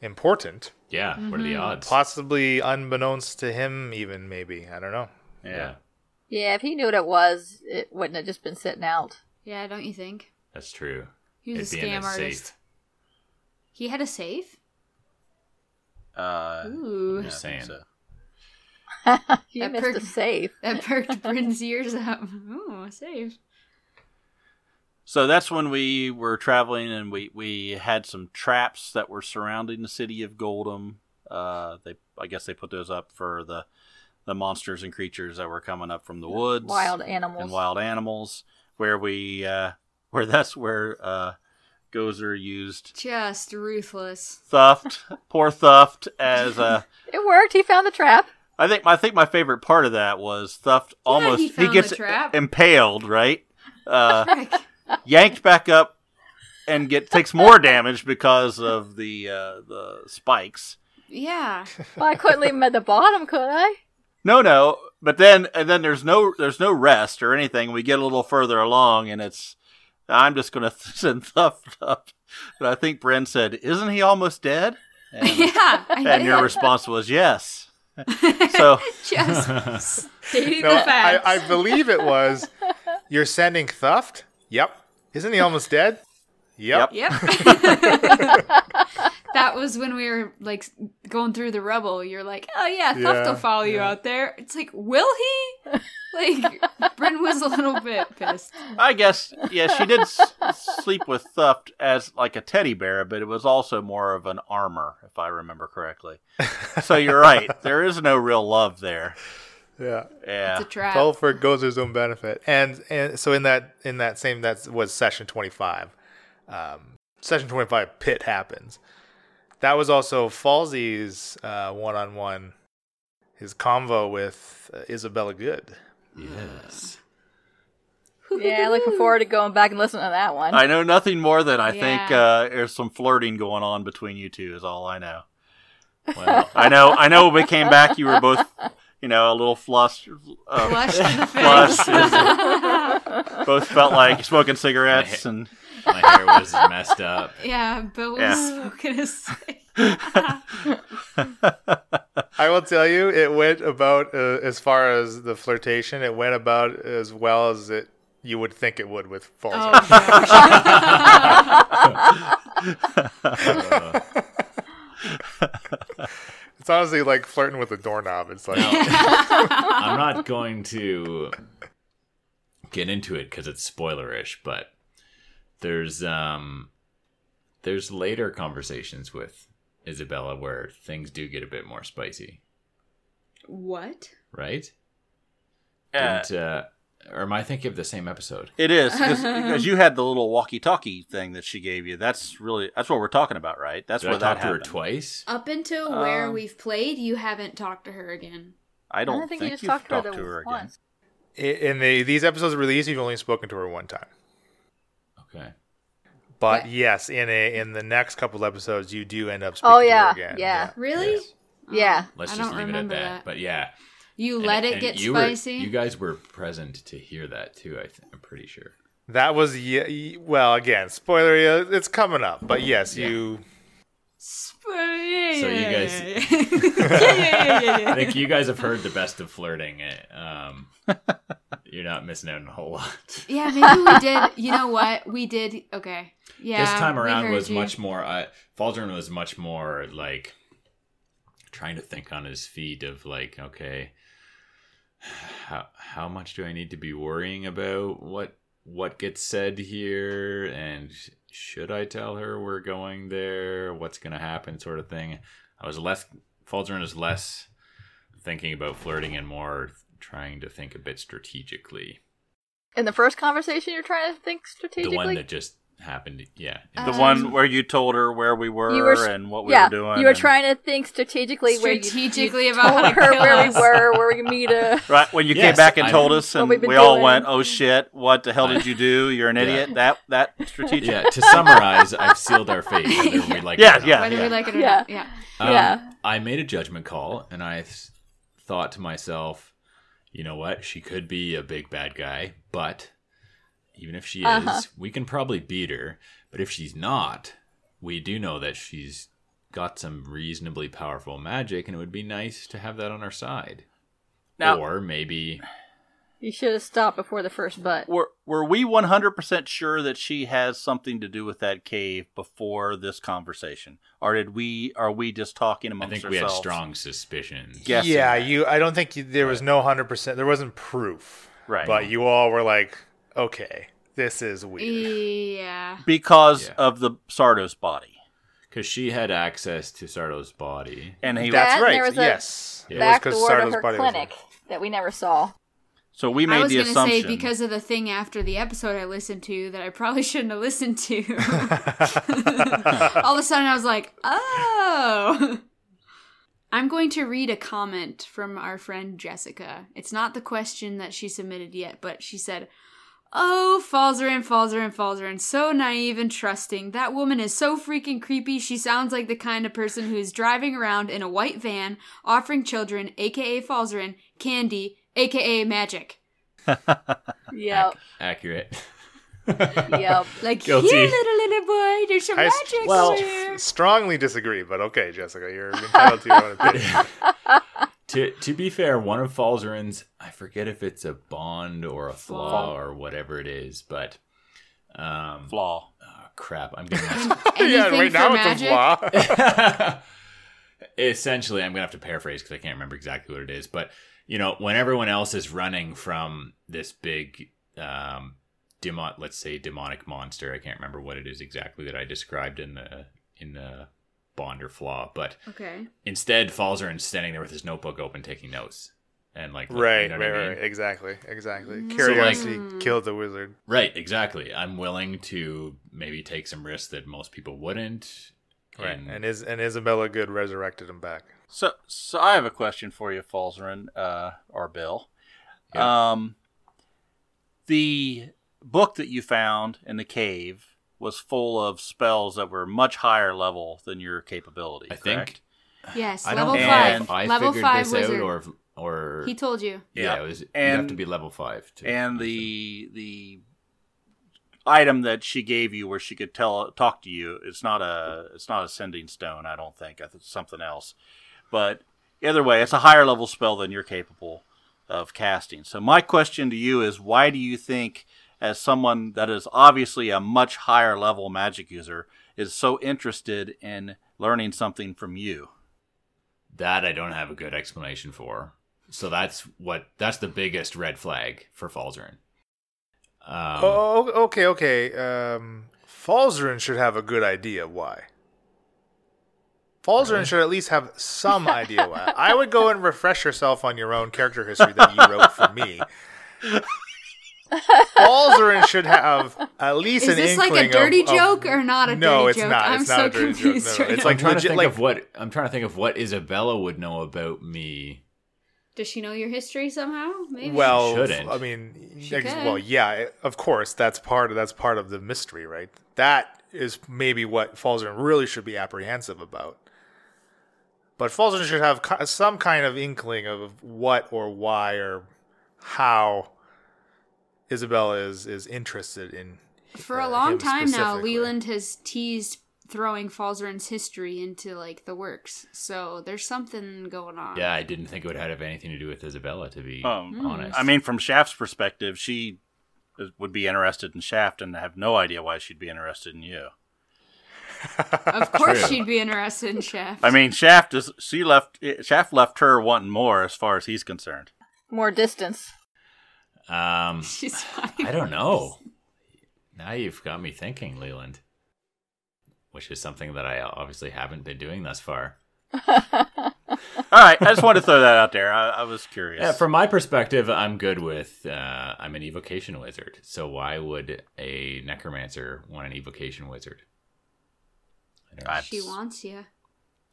important,
yeah, what are
Mm-hmm.
the odds?
possibly unbeknownst to him, even maybe. I don't know.
yeah,
yeah, if he knew what it was, it wouldn't have just been sitting out.
Yeah, don't you think?
that's true.
He was
It'd
a
be in
scam
his safe.
artist. He had a safe?
Uh,
Ooh.
yeah, I think
saying.
so.
You
That
missed
perk-
a safe.
That perked Bryn's ears up. Ooh, a safe.
So that's when we were traveling and we, we had some traps that were surrounding the city of Goldham. Uh, they I guess they put those up for the the monsters and creatures that were coming up from the woods
Wild animals.
and wild animals where we uh, where that's where uh, Gozer used
Just ruthless.
Thuft, poor Thuft as a
It worked. He found the trap.
I think my I think my favorite part of that was Thuft almost
he
he,
found
gets
the trap.
impaled, right? Uh,
Frick.
yanked back up and get takes more damage because of the uh, the spikes.
yeah.
Well, I couldn't leave him at the bottom, could I?
No, no, but then and then there's no there's no rest or anything. We get a little further along, and it's I'm just gonna send Thuff up. But I think Bren said, "Isn't he almost dead?" And,
yeah. I
and
did.
your response was yes. So
Just stating
No,
the facts.
I, I believe it was. You're sending Thuft. Yep. Isn't he almost dead? Yep.
Yep. that was when we were like going through the rubble. You're like, oh yeah, Thuft
Yeah,
will follow you
yeah.
out there. It's like, will he? Like, Bryn was a little bit pissed.
I guess yeah, she did s- sleep with Thuft as like a teddy bear, but it was also more of an armor, if I remember correctly. So you're right. There is no real love there.
Yeah.
Yeah.
It's a trap.
All for Gozer's own benefit. And and so in that in that same that was session twenty five. Um, session twenty five pit happens. That was also Falsey's one on one, his convo with uh, Isabella Good.
Yes.
Yeah, looking forward to going back and listening to that one.
I know nothing more than I think
Yeah.
uh, there's some flirting going on between you two is all I know. Well, I know I know when we came back you were both you know a little flustered uh,
Flushed in the
Flushed
face.
both felt like smoking cigarettes and
My hair was messed up.
yeah, but what
Yeah.
was smoking his say?
I will tell you, it went about uh, as far as the flirtation. It went about as well as it you would think it would with Falsey.
Oh, gosh.
Uh,
It's honestly like flirting with a doorknob. It's like
I'm not going to get into it because it's spoilerish, but there's um there's later conversations with Isabella where things do get a bit more spicy,
what?
right?
uh,
Didn't, uh, or am I thinking of the same episode?
It is because you had the little walkie-talkie thing that she gave you. That's really that's what we're talking about, right? That's
Did
where
I talk
that
to her
happened.
twice?
Up until where
Um,
we've played, you haven't talked to her again.
I don't,
I think
think,
you
you
just
have
talked to her
talked to
the
her again.
once.
I- In the these episodes released, you've only spoken to her one time.
Okay.
But
Yeah.
yes, in a, in the next couple episodes, you do end up speaking
Oh,
to her
yeah,
again.
yeah.
Really?
Yes.
Oh,
Yeah.
Let's
I
just
don't
leave it at
remember
that. But yeah,
you
And-
let it
and
get
you were-
spicy.
you guys were present to hear that too. I th- I'm pretty sure.
That was ye- ye- well again spoiler. uh, It's coming up, but yes,
Yeah.
you.
Spicy.
So you guys-
yeah, yeah, yeah, yeah,
I
yeah.
think you guys have heard the best of flirting. eh, Um, you're not missing out on a whole lot.
Yeah, maybe we did. You know what? We did. Okay. Yeah.
this time
we
around
heard
was
you.
much more. Uh, Faldron was much more like trying to think on his feet of like, okay, how how much do I need to be worrying about what what gets said here, and should I tell her we're going there? What's gonna happen, sort of thing. I was less. Faldron was less thinking about flirting and more trying to think a bit strategically.
In the first conversation, you're trying to think
The
strategically.
one that just happened, yeah. in
The
Um,
one where you told her where we were,
you were s-
and what we
yeah,
were doing.
you were
and-
trying to think strategically, where
Strategically
you, you
about how
told
to
her
kill
where
us.
we were, where we meet up.
Right when you came
Yes,
back and
I-
told us, and
What we've
we
been
all
doing.
went, "Oh shit! What the hell
I-
did you do? You're an
Yeah.
idiot." That that strategic.
yeah, to summarize, I've sealed our fate. Whether we like it
Yeah,
or not.
yeah.
Whether we like it or
Yeah.
not. Yeah.
Um,
Yeah.
I made a judgment call, and I th- thought to myself, you know what? She could be a big bad guy, but even if she
Uh-huh.
is, we can probably beat her. But if she's not, we do know that she's got some reasonably powerful magic, and it would be nice to have that on our side.
Now-
or maybe
You should have stopped before the first butt.
Were were we 100% sure that she has something to do with that cave before this conversation, or did we? Are we just talking
I
amongst
think we had
ourselves?
strong suspicions.
Guessing
yeah,
that.
you. I don't think you, there was no hundred percent. There wasn't proof,
right?
but you all were like, okay, this is weird.
Yeah.
because
Yeah.
of the Sardos body,
because she had access to Sardo's body.
and he
That-
That's
and there
right.
was a
Yes,
Yeah.
It was
Back
'cause
door to
Sardo's
her
body was there.
clinic that we never saw.
so we
I
made
was
the
gonna
assumption
say because of the thing after the episode I listened to that I probably shouldn't have listened to. All of a sudden, I was like, "Oh." I'm going to read a comment from our friend Jessica. It's not the question that she submitted yet, but she said, "Oh, Falzarin, Falzarin, Falzarin, so naive and trusting. That woman is so freaking creepy. She sounds like the kind of person who is driving around in a white van, offering children, aka Falzarin, candy, aka magic."
Yep,
Ac- accurate.
yep.
Like
Guilty.
here, little little boy, there's some
I s-
magic
well,
here.
strongly disagree, but okay, Jessica, you're entitled to your own opinion.
to to be fair, one of Falzarin's I forget if it's a bond or a flaw or whatever it is, but um
flaw.
oh, crap, I'm gonna
yeah,
Anything
right
for
now it's a
magic?
flaw.
essentially I'm gonna have to paraphrase because I can't remember exactly what it is, but you know, when everyone else is running from this big um demon let's say demonic monster, I can't remember what it is exactly that I described in the in the bond or flaw, but
Okay.
instead Falzarin's standing there with his notebook open taking notes. And like looking,
right,
you know what
right,
I mean?
right, exactly, exactly.
Mm. So,
like-
Curiosity killed the wizard.
Right, exactly. I'm willing to maybe take some risks that most people wouldn't.
Right,
And,
and is and Isabella Good resurrected him back.
So so I have a question for you, Falzarin, uh, or Bill. Um, the book that you found in the cave was full of spells that were much higher level than your capability.
I
correct?
think
Yes.
I
level
don't know
five.
if I
level
figured
five
this
wizard.
out or or
He told you.
yeah,
Yeah.
it was you have
And-
to be level five. To
and the the item that she gave you where she could tell talk to you it's not a it's not a sending stone i don't think i think it's something else but either way it's a higher level spell than you're capable of casting so my question to you is why do you think as someone that is obviously a much higher level magic user is so interested in learning something from you
that I don't have a good explanation for. So that's what that's the biggest red flag for Falzarin. Um,
oh, o- okay, okay. Um, Falzarin should have a good idea why. Falzarin
Really?
should at least have some idea why. I would go and refresh yourself on your own character history that you wrote for me. Balzarin should have at least
Is
an
this like
inkling
a dirty
of- of-
joke or not a
No,
dirty
it's
joke?
not.
I'm
It's
so
not a dirty joke.
confused.
No,
right
it's
now.
like
I'm trying
legit,
to think
like-
of what I'm trying to think of what Isabella would know about me.
Does she know your history somehow? Maybe.
Well,
She shouldn't.
I mean,
She
ex-
could.
well, yeah, it- of course. That's part of that's part of the mystery, right? That is maybe what Falzern really should be apprehensive about. But Falzern should have ki- some kind of inkling of what or why or how Isabella is is interested in.
for a
uh,
long
him
time now,
specifically.
Leland has teased throwing Falzarin's history into like the works. So there's something going on.
Yeah, I didn't think it would have anything to do with Isabella to be
Mm.
Um,
honest.
I mean, from Shaft's perspective, she is- would be interested in Shaft and have no idea why she'd be interested in you.
Of course,
True.
she'd be interested in Shaft.
I mean, Shaft is she left Shaft left her wanting more as far as he's concerned.
More distance.
um,
she's
I don't know. Now you've got me thinking, Leland. Which is something that I obviously haven't been doing thus far.
All right, I just wanted to throw that out there. I, I was curious.
Yeah, Uh, from my perspective, I'm good with. Uh, I'm an evocation wizard, so why would a necromancer want an evocation wizard? I don't know,
I-
She wants you.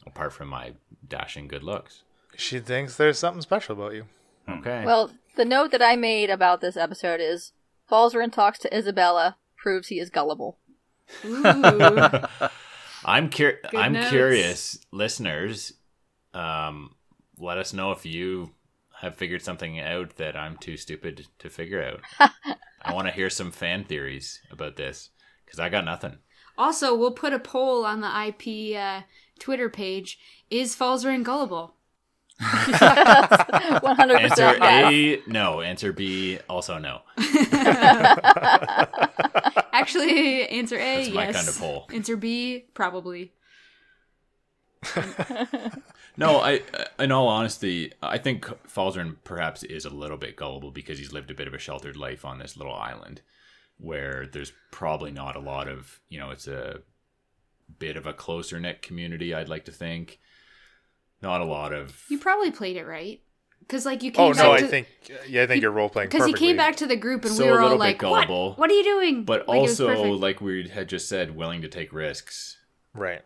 apart from my dashing good looks.
She thinks there's something special about you.
Okay.
Well, the note that I made about this episode is Falzarin talks to Isabella, proves he is gullible.
Ooh.
I'm cur-
Good
I'm
notes.
curious, listeners. Um, let us know if you have figured something out that I'm too stupid to figure out. I want to hear some fan theories about this because I got nothing.
also, we'll put a poll on the IP uh, Twitter page. Is Falzarin gullible?
100%
Answer
yes.
A, no. Answer B, also no.
Actually, answer A,
That's
yes.
my kind of poll.
Answer B, probably.
No, I. In all honesty, I think Falzern perhaps is a little bit gullible because he's lived a bit of a sheltered life on this little island, where there's probably not a lot of you know. It's a bit of a closer knit community. I'd like to think. Not a lot of.
You probably played it right. Because, like, you came
Oh
back
no, I
to...
think yeah, I think
he-
you're role playing
because he
perfectly.
came back to the group and
So
we
a
were all
little bit
like,
gullible.
"What? What are you doing?"
But
Like, it was
also,
perfect.
like we had just said, willing to take risks
right,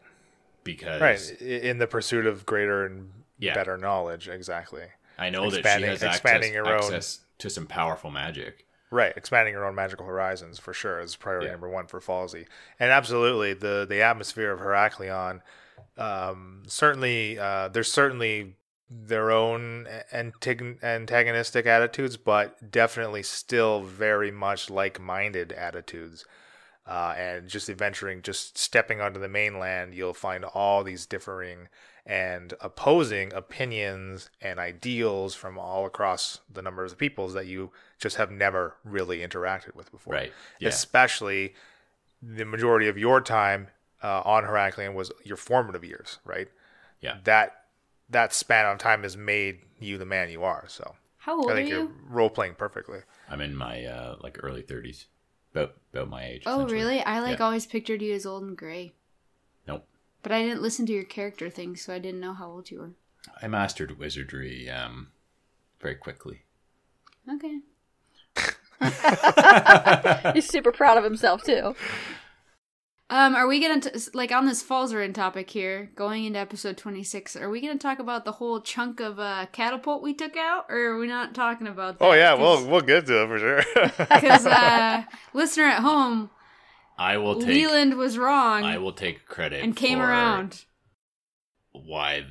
because
right, I- in the pursuit of greater and
Yeah.
better knowledge. Exactly.
I know that she
Expanding-
has
expanding
access,
your own-
access to some powerful magic.
Right, expanding your own magical horizons for sure is priority
Yeah.
number one for Falsey, and absolutely the the atmosphere of Heraklion. Um, certainly, uh, there's certainly their own antig- antagonistic attitudes, but definitely still very much like-minded attitudes. Uh, and just adventuring, just stepping onto the mainland, you'll find all these differing and opposing opinions and ideals from all across the number of peoples that you just have never really interacted with before.
Right. Yeah.
Especially the majority of your time uh, on Heraklion was your formative years, right?
Yeah.
That that span of time has made you the man you are. So
how old
I
are
think you're
you?
role playing perfectly.
I'm in my uh, like early 30s, about about my age.
Oh,
essentially.
really? I like
Yeah.
always pictured you as old and gray,
Nope.
but I didn't listen to your character thing, so I didn't know how old you were.
I mastered wizardry um, very quickly.
Okay.
He's super proud of himself, too.
Um, are we gonna t- s- like on this Falzarin topic here, going into episode twenty six? Are we gonna talk about the whole chunk of uh, catapult we took out, or are we not talking about? That?
Oh yeah, we'll we'll get to it for sure.
because uh, listener at home,
I will take.
Leland was wrong
I will take credit
and came
for
around.
Why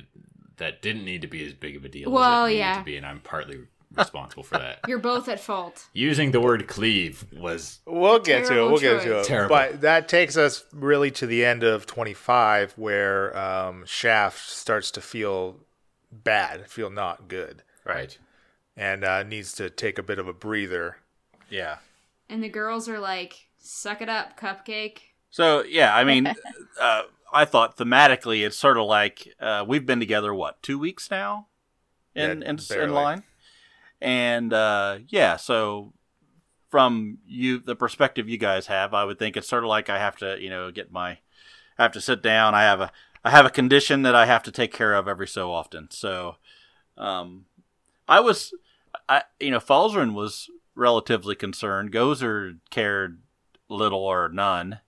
that didn't need to be as big of a deal.
Well,
as it needed
yeah.
to be, and I'm partly responsible for that.
You're both at fault.
Using the word cleave was
we'll get to it.
Terrible
We'll get to
choice.
it.
Terrible.
But that takes us really to the end of 25, where um, Shaft starts to feel bad, feel not good,
right.
and uh, needs to take a bit of a breather.
yeah.
And the girls are like, "Suck it up, cupcake."
So yeah, I mean, uh, I thought thematically it's sort of like uh, we've been together what two weeks now, in
Yeah,
in, in
barely.
line, and uh, yeah, so from you the perspective you guys have, I would think it's sort of like I have to you know get my I have to sit down. I have a I have a condition that I have to take care of every so often. So, um, I was I you know Falzrin was
relatively concerned. Gozer cared little or none,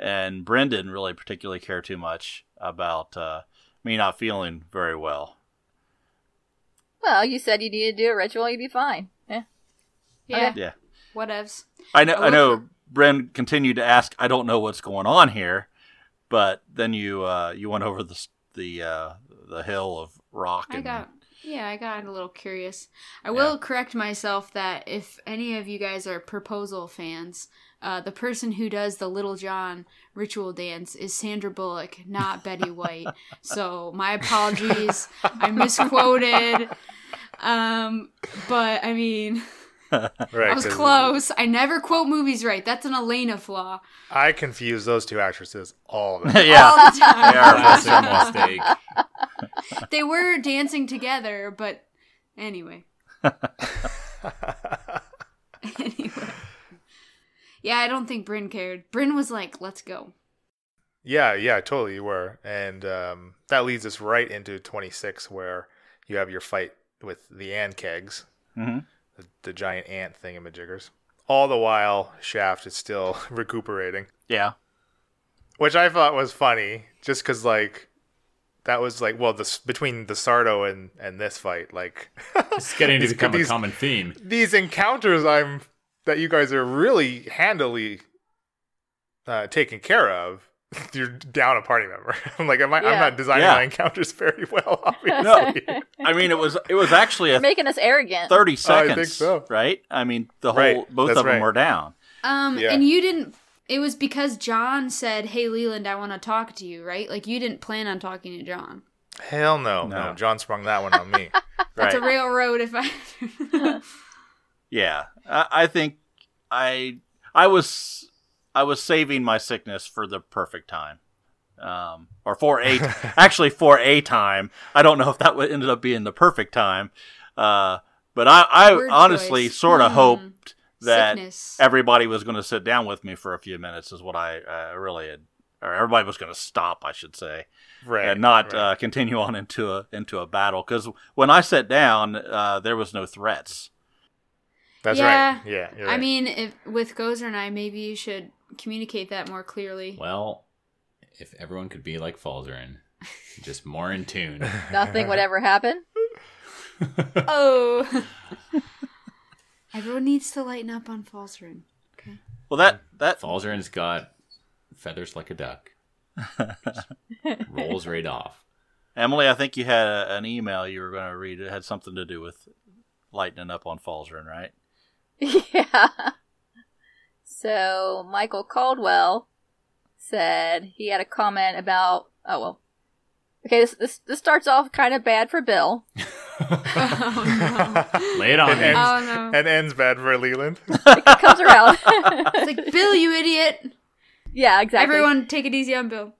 and Bryn didn't really particularly care too much about uh, me not feeling very well.
Well, you said you needed to do a ritual, you'd be fine. Yeah.
Yeah.
Okay. Yeah.
Whatevs.
I know. I
Well-
know. Bryn continued to ask, "I don't know what's going on here," but then you uh, you went over the s- the uh, the hill of rock
I
and
got yeah, I got a little curious. I will correct myself that if any of you guys are proposal fans, uh, the person who does the Little John ritual dance is Sandra Bullock, not Betty White. so my apologies, I misquoted. Um, but I mean,
Right.
I was
'cause
close. I never quote movies right. That's an Elena flaw.
I confuse those two actresses all the time.
yeah.
Oh,
all the time.
They are
Classic mistake.
They were dancing together, but anyway. anyway. Yeah, I don't think Bryn cared. Bryn was like, let's go.
Yeah, yeah, totally. You were, and um, that leads us right into 26, where you have your fight with the ant kegs,
Mhm.
the, the giant ant thingamajiggers. All the while, Shaft is still recuperating,
yeah.
which I thought was funny, just because like that was like well, this between the Sardo and and this fight, like
It's getting to
These-
become a
these-
common theme.
these encounters I'm that you guys are really handily uh, taken care of. You're down a party member. I'm like, am I,
Yeah.
I'm not designing
Yeah.
my encounters very well.
No.
Obviously.
I mean, it was it was actually a
Making us arrogant.
thirty seconds.
Oh, I think so.
Right? I mean, the whole
Right,
both
that's
of them
right.
were down.
Um,
Yeah.
and you didn't. It was because John said, "Hey, Leland, I want to talk to you." Right? Like you didn't plan on talking to John.
Hell no, no,
No.
John sprung that one on me.
Right?
That's a railroad. If I.
yeah. I, I think I I was I was saving my sickness for the perfect time, um, or for a actually for a time. I don't know if that would ended up being the perfect time, uh, but I I
Word
honestly
choice.
sort of
Hmm.
hoped that
Sickness.
everybody was going to sit down with me for a few minutes is what I uh, really had, or everybody was going to stop, I should say,
right.
and not
right.
uh, continue on into a into a battle. Because when I sat down, uh, there was no threats.
That's
Yeah.
right. Yeah. you're
I
right.
mean, if, with Gozer and I, maybe you should communicate that more clearly.
Well, if everyone could be like Falzarin, just more in tune.
Nothing would ever happen.
Oh. Everyone needs to lighten up on Falls Rune. Okay.
Well, that
Mm.
that
Falzarin's got feathers like a duck. Just rolls right off.
Emily, I think you had a, an email you were going to read. It had something to do with lightening up on Falzern, right?
yeah. So Michael Caldwell said he had a comment about oh well. Okay, this this, this starts off kind of bad for Bill.
Oh
Lay it on
It
me.
ends-
Oh no.
and ends bad for Leland.
It comes around.
It's like Bill, you idiot.
yeah, exactly.
Everyone take it easy on Bill.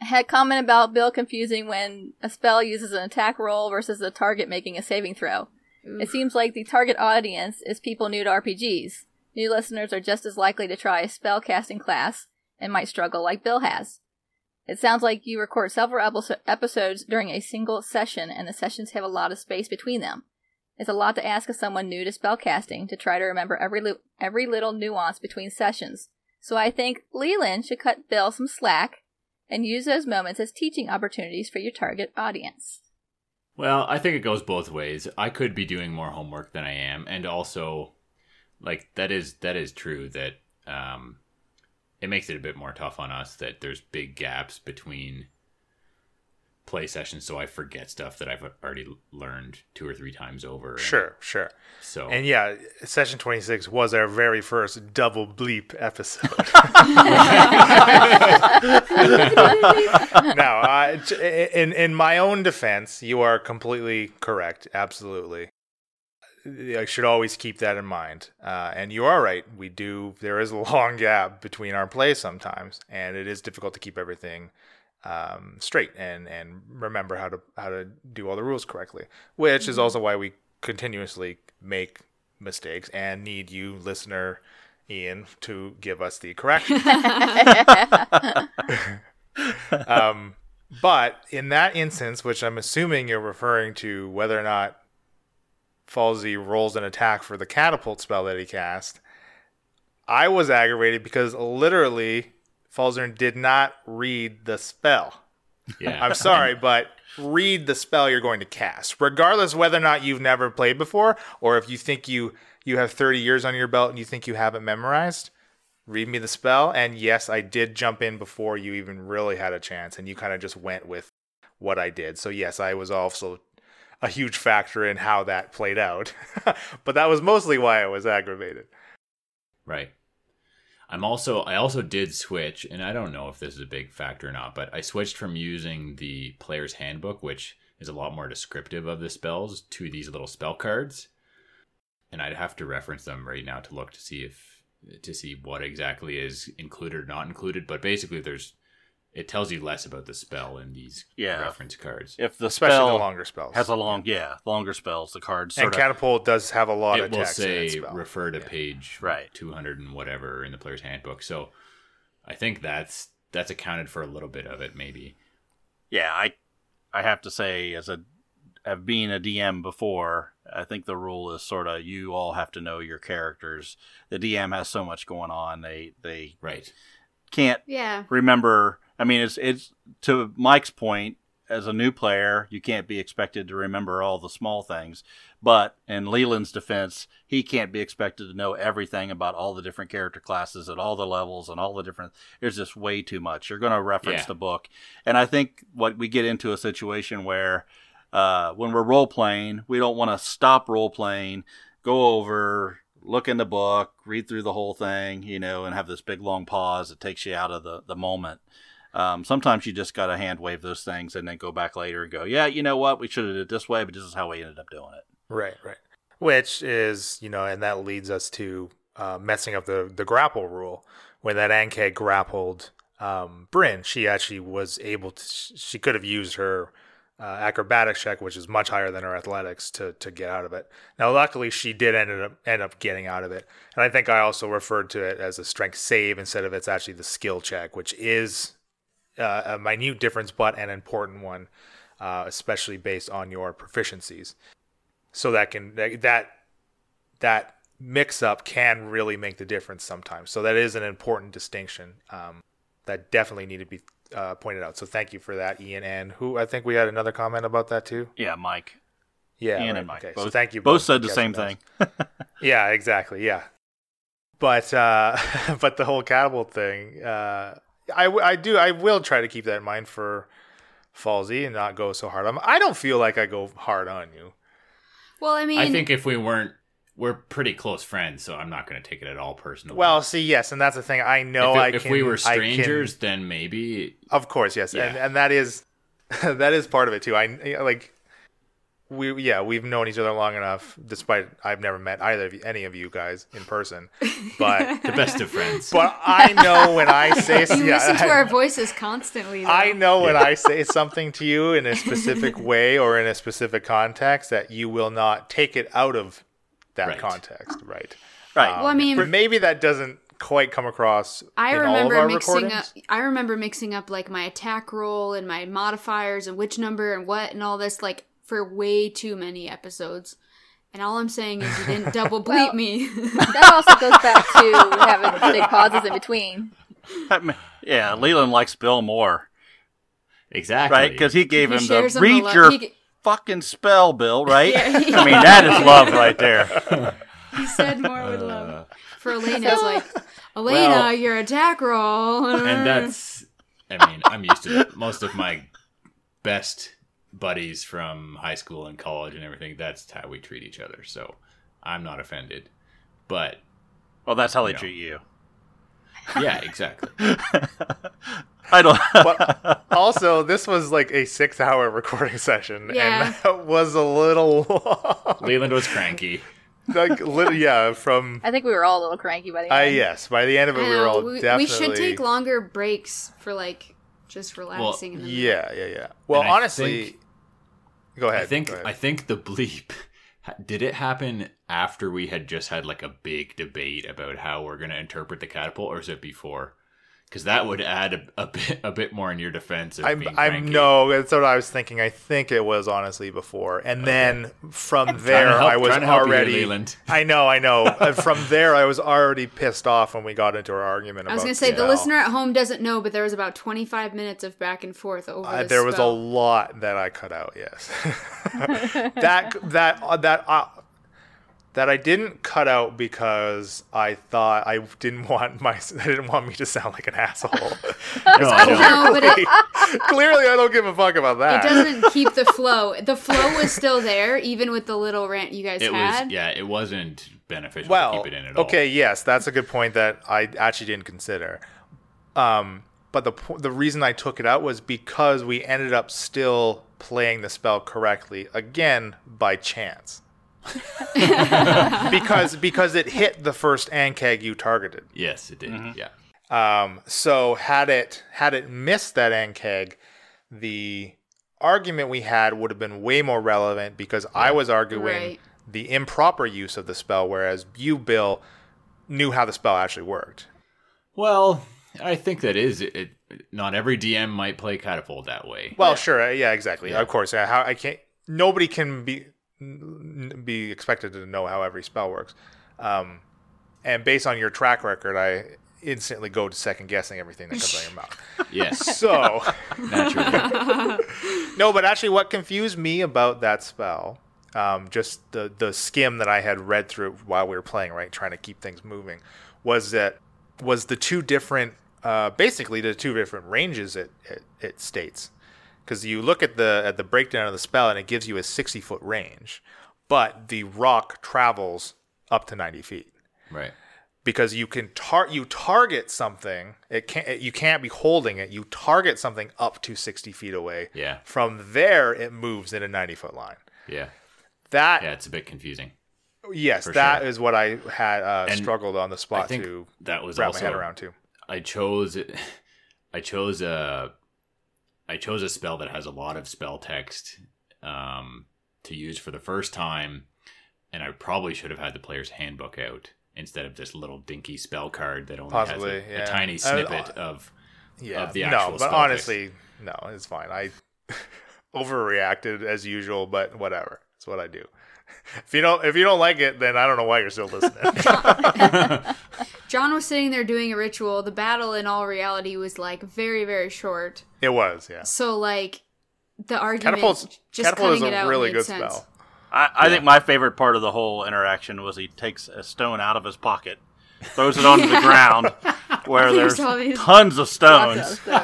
had comment about Bill confusing when a spell uses an attack roll versus the target making a saving throw. It seems like the target audience is people new to RPGs. New listeners are just as likely to try a spell casting class and might struggle like Bill has. It sounds like you record several episo- episodes during a single session, and the sessions have a lot of space between them. It's a lot to ask of someone new to spellcasting to try to remember every li- every little nuance between sessions. So I think Leland should cut Bill some slack and use those moments as teaching opportunities for your target audience.
Well, I think it goes both ways. I could be doing more homework than I am, and also, like that is that is true that um, it makes it a bit more tough on us that there's big gaps between play sessions, so I forget stuff that I've already learned two or three times over.
Sure, sure.
So
And yeah, session 26 was our very first double bleep episode. now, uh, t- in in my own defense, you are completely correct. Absolutely, I should always keep that in mind. Uh, and you are right. We do. There is a long gap between our plays sometimes, and it is difficult to keep everything um, straight and and remember how to how to do all the rules correctly. Which is also why we continuously make mistakes and need you, listener. Ian to give us the correction. um, but in that instance, which I'm assuming you're referring to whether or not Falsey rolls an attack for the catapult spell that he cast. I was aggravated because literally Falzern did not read the spell.
Yeah.
I'm sorry, but read the spell you're going to cast, regardless whether or not you've never played before, or if you think you you have 30 years on your belt and you think you have it memorized. Read me the spell, and yes, I did jump in before you even really had a chance, and you kind of just went with what I did. So yes, I was also a huge factor in how that played out, but that was mostly why I was aggravated.
Right. I'm also I also did switch, and I don't know if this is a big factor or not, but I switched from using the player's handbook, which is a lot more descriptive of the spells, to these little spell cards. And I'd have to reference them right now to look to see if to see what exactly is included or not included. But basically there's it tells you less about the spell in these
Yeah.
reference cards.
If the
Especially
spell
the longer spells.
has a long, yeah, longer spells, the card
and
sort of
catapult does have a lot
it
of
will
text in
say
its spell.
refer to
Yeah.
page
Right.
200 and whatever in the player's handbook so i think that's that's accounted for a little bit of it maybe
yeah, I I have to say as a have been a DM before, I think the rule is sort of you all have to know your characters. The DM has so much going on, they they
right
can't
Yeah.
remember. I mean, it's it's to Mike's point. As a new player, you can't be expected to remember all the small things. But in Leland's defense, he can't be expected to know everything about all the different character classes at all the levels and all the different. There's just way too much. You're going to reference
Yeah.
the book, and I think what we get into a situation where, uh, when we're role playing, we don't want to stop role playing, go over, look in the book, read through the whole thing, you know, and have this big long pause that takes you out of the, the moment. Um, sometimes you just got to hand wave those things and then go back later and go, yeah, you know what? We should have did it this way, but this is how we ended up doing it.
Right, right. Which is, you know, and that leads us to uh, messing up the, the grapple rule. When that Anke grappled um, Bryn, she actually was able to, she could have used her uh, acrobatics check, which is much higher than her athletics, to, to get out of it. Now, luckily, she did end up, end up getting out of it. And I think I also referred to it as a strength save instead of it's actually the skill check, which is uh, a minute difference, but an important one, uh, especially based on your proficiencies so that can that that mix up can really make the difference sometimes so that is an important distinction um, that definitely need to be uh, pointed out so thank you for that ian and who i think we had another comment about that too
Yeah, Mike.
yeah
Ian
right,
and Mike.
okay
Both,
so thank you
both said the
Yes,
same
for those.
thing.
yeah exactly yeah but uh but the whole catapult thing uh I, w- I do I will try to keep that in mind for Falsey and not go so hard on. I don't feel like I go hard on you.
Well, I mean,
i think if we weren't we're pretty close friends so i'm not going to take it at all personally
Well, see, yes, and that's the thing. I know
if, it-
I
if
can.
we were
I can-
strangers then maybe
of course, yes, and
Yeah.
and that is that is part of it too. I like we yeah we've known each other long enough. Despite I've never met either of you, any of you guys in person, but
the best of friends
but I know when I say
you
yeah,
listen to
I-
our voices constantly. though.
I know when I say something to you in a specific way or in a specific context that you will not take it out of that
Right.
context, right? Um,
Right.
Well, I mean,
But maybe that doesn't quite come across.
I
in all of
remember
our
mixing
recordings.
up. I remember mixing up like my attack roll and my modifiers and which number and what and all this like for way too many episodes. And all I'm saying is you didn't double bleep
Well-
me.
That also goes back to having big pauses in between.
I mean, yeah, Leland likes Bill more,
exactly
right? Because he gave
He
him
shares
the
him a
read
lot-
your
he g-
fucking spell, Bill, right?
Yeah, he-
I mean, that is love right there.
he said more with
Uh,
love. For Elena, it's like Elena,
Well-
your attack roll.
Mm.
and that's i mean i'm used to it. most of my best buddies from high school and college and everything that's how we treat each other so i'm not offended but
Well, that's how they
Yeah.
treat you.
yeah exactly
I don't.
But- also, this was like a six hour recording session,
Yeah.
and that was a little long.
leland was cranky
like, lit yeah, from.
I think we were all a little cranky by the
Uh,
end.
yes, by the end of it, we
I
were
know,
all
we,
definitely.
we should take longer breaks for like just relaxing. in the middle.
Yeah, yeah, yeah. Well,
And I
honestly,
think-
go ahead.
i think
go ahead.
i think the bleep did it happen after we had just had like a big debate about how we're going to interpret the catapult or is it before because that would add a, a bit a bit more in your defense. Of
I'm,
being
I'm
cranky.
no. That's what I was thinking. I think it was honestly before, and then from
Trying
there,
to help-
I was
trying to help you here,
already.
Leland.
I know, I know. Uh, from there, I was already pissed off when we got into our argument.
I was
about
gonna say the
Cal.
listener at home doesn't know, but there was about 25 minutes of back and forth over.
Uh,
this
there was a
spell.
lot that I cut out. Yes, that that uh, that uh, that I didn't cut out because I thought I didn't want my I didn't want me to sound like an asshole.
No, I don't.
No, but it,
Clearly, I don't give a fuck about
it
that.
doesn't keep the flow. The flow was still there, even with the little rant you guys
It
had.
was yeah. It wasn't beneficial to
well,
keep it in at all.
okay, yes, that's a good point that I actually didn't consider. Um, but the po- the reason I took it out was because we ended up still playing the spell correctly again by chance. because because it hit the first ankeg you targeted.
Yes, it did.
Mm-hmm.
Yeah.
Um, so had it had it missed that ankeg, the argument we had would have been way more relevant because I was arguing
Right.
the improper use of the spell, whereas you, Bill, knew how the spell actually worked.
Well, I think that is it. Not every DM might play catapult that way.
Well, sure, uh, yeah, exactly,
Yeah.
of course. Yeah, How I can't, nobody can be n- be expected to know how every spell works. Um, and based on your track record, I instantly go to second guessing everything that comes out of your mouth.
Yes,
So.
naturally.
No, but actually, what confused me about that spell, um, just the the skim that I had read through while we were playing, right, trying to keep things moving, was that was the two different, uh, basically the two different ranges it it, it states, because you look at the at the breakdown of the spell and it gives you a sixty foot range, but the rock travels up to ninety feet
Right.
because you can tar- you target something it can't it, you can't be holding it you target something up to 60 feet away
Yeah.
from there it moves in a 90 foot line
Yeah.
that
Yeah. It's a bit confusing.
yes
for
that is
sure.
what i had uh,
And
struggled on the
I
spot
think
to
that was
wrap
also
my head around to
I chose I chose a I chose a spell that has a lot of spell text um, to use for the first time, and I probably should have had the player's handbook out instead of this little dinky spell card that only
Possibly,
has a,
yeah.
a tiny
I mean,
snippet
uh,
of
yeah
of the
no
actual
but
spell text.
honestly no it's fine i overreacted as usual but whatever it's what i do if you don't if you don't like it then i don't know why you're still listening
John was sitting there doing a ritual. The battle, in all reality, was like very, very short.
it was yeah
So like the argument
catapult
just
catapult is
cutting it
a
out
really
made
good
sense.
spell
I, I think my favorite part of the whole interaction was he takes a stone out of his pocket, throws it onto the ground, where
You
there's
saw these-
tons of stones.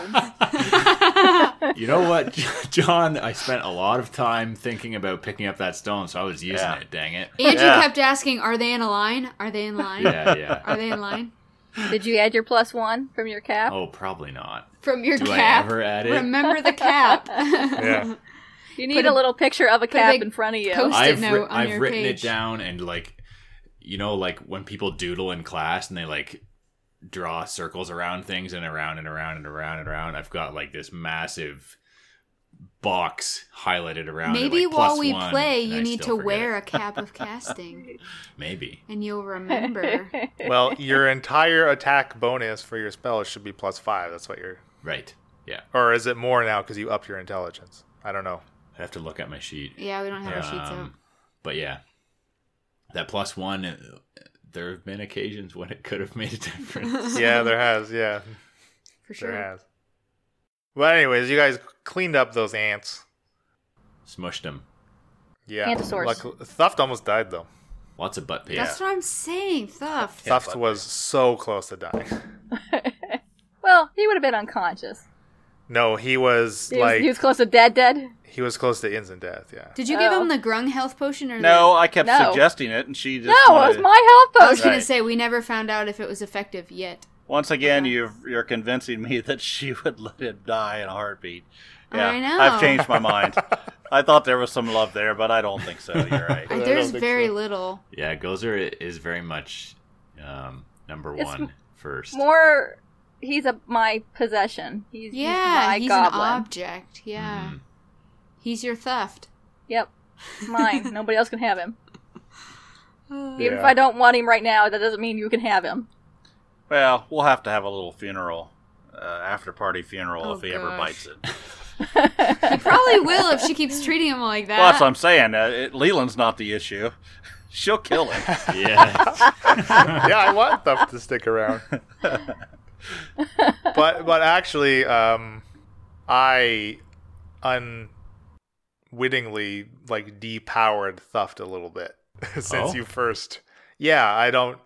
You know what, John? I spent a lot of time thinking about picking up that stone, so I was using
Yeah.
it. Dang it!
Andrew
Yeah.
kept asking, "Are they in a line? Are they in line?
Yeah, yeah.
Are they in line?"
Did you add your plus one from your cap?
Oh, probably not.
From your
Do I
cap.
ever add it?
Remember the cap.
yeah
you
put
need
a-
a little picture of a
a
cap
big
in front of you.
post-
I've,
note
writ-
on
I've
your
written
page.
it down and like, you know, like when people doodle in class and they like draw circles around things and around and around and around and around. I've got like this massive box highlighted around. it,
Maybe
like,
while
plus
we
one,
play,
and
you
I
need to
still forget
wear
it.
a cap of casting,
Maybe.
and you'll remember.
Well, your entire attack bonus for your spell should be plus five. That's what you're.
Right. Yeah.
Or is it more now because you up your intelligence? I don't know.
I have to look at my sheet.
Yeah, we don't have our sheets out.
Um, But yeah, that plus one. uh, There have been occasions when it could have made a difference.
Yeah, there has. Yeah,
For
there
sure.
has. Well, anyways, you guys cleaned up those ants.
Smushed them.
Yeah.
Antosaurus.
Luckily- Thuft almost died though.
Lots of butt pain.
That's what I'm saying, Thuff.
Thuft was so close to dying.
well, he would have been unconscious.
No, he was
He, was,
like
he was close to dead, dead.
close to instant death. Yeah.
Did you give
Oh.
him the grung health potion or the-
No, I kept
No.
suggesting it, and she just.
No, it was
wanted-
my
I
health
was
potion.
gonna say we never found out if it was effective yet.
Once again, you've, you're convincing me that she would let him die in a heartbeat. Yeah,
I know.
I've changed my mind. I thought there was some love there, but I don't think so. You're right.
I-
don't
There's
think
very
so.
little.
Yeah, Gozer is very much um, number
It's
one first.
More, he's a my possession. He's, he's
Yeah,
my
he's,
goblin.
an object. Yeah,
Mhm.
he's your theft.
Yep, mine. Nobody else can have him.
Oh,
Even if
Yeah.
I don't want him right now, that doesn't mean you can have him.
Well, we'll have to have a little funeral uh, after party funeral
Oh,
if he ever
gosh.
bites it.
Probably will if she keeps treating him like that.
Well, that's what I'm saying. Uh, it, Leland's not the issue. She'll kill him.
Mm-hmm. Yeah.
yeah, I want them to stick around. but but actually, um, I unwittingly like depowered Thuft a little bit since
Oh?
you first. Yeah, I don't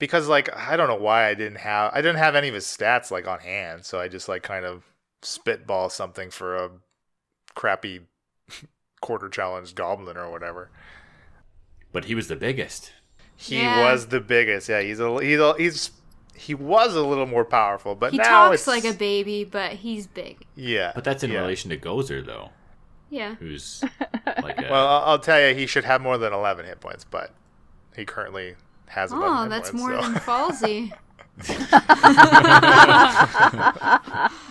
because like I don't know why I didn't have I didn't have any of his stats like on hand, so I just like kind of spitball something for a crappy quarter challenge goblin or whatever.
but he was the biggest.
He
Yeah.
was the biggest. Yeah, he's a he's a, he's he was a little more powerful, but
he
now
talks
it's
like a baby, but he's big.
yeah.
But that's in
yeah.
relation to Gozer, though,
Yeah.
who's like a.
Well, I'll, I'll tell you, he should have more than eleven hit points, but he currently has eleven.
Oh,
hit
that's
points,
more
so.
than Falsey.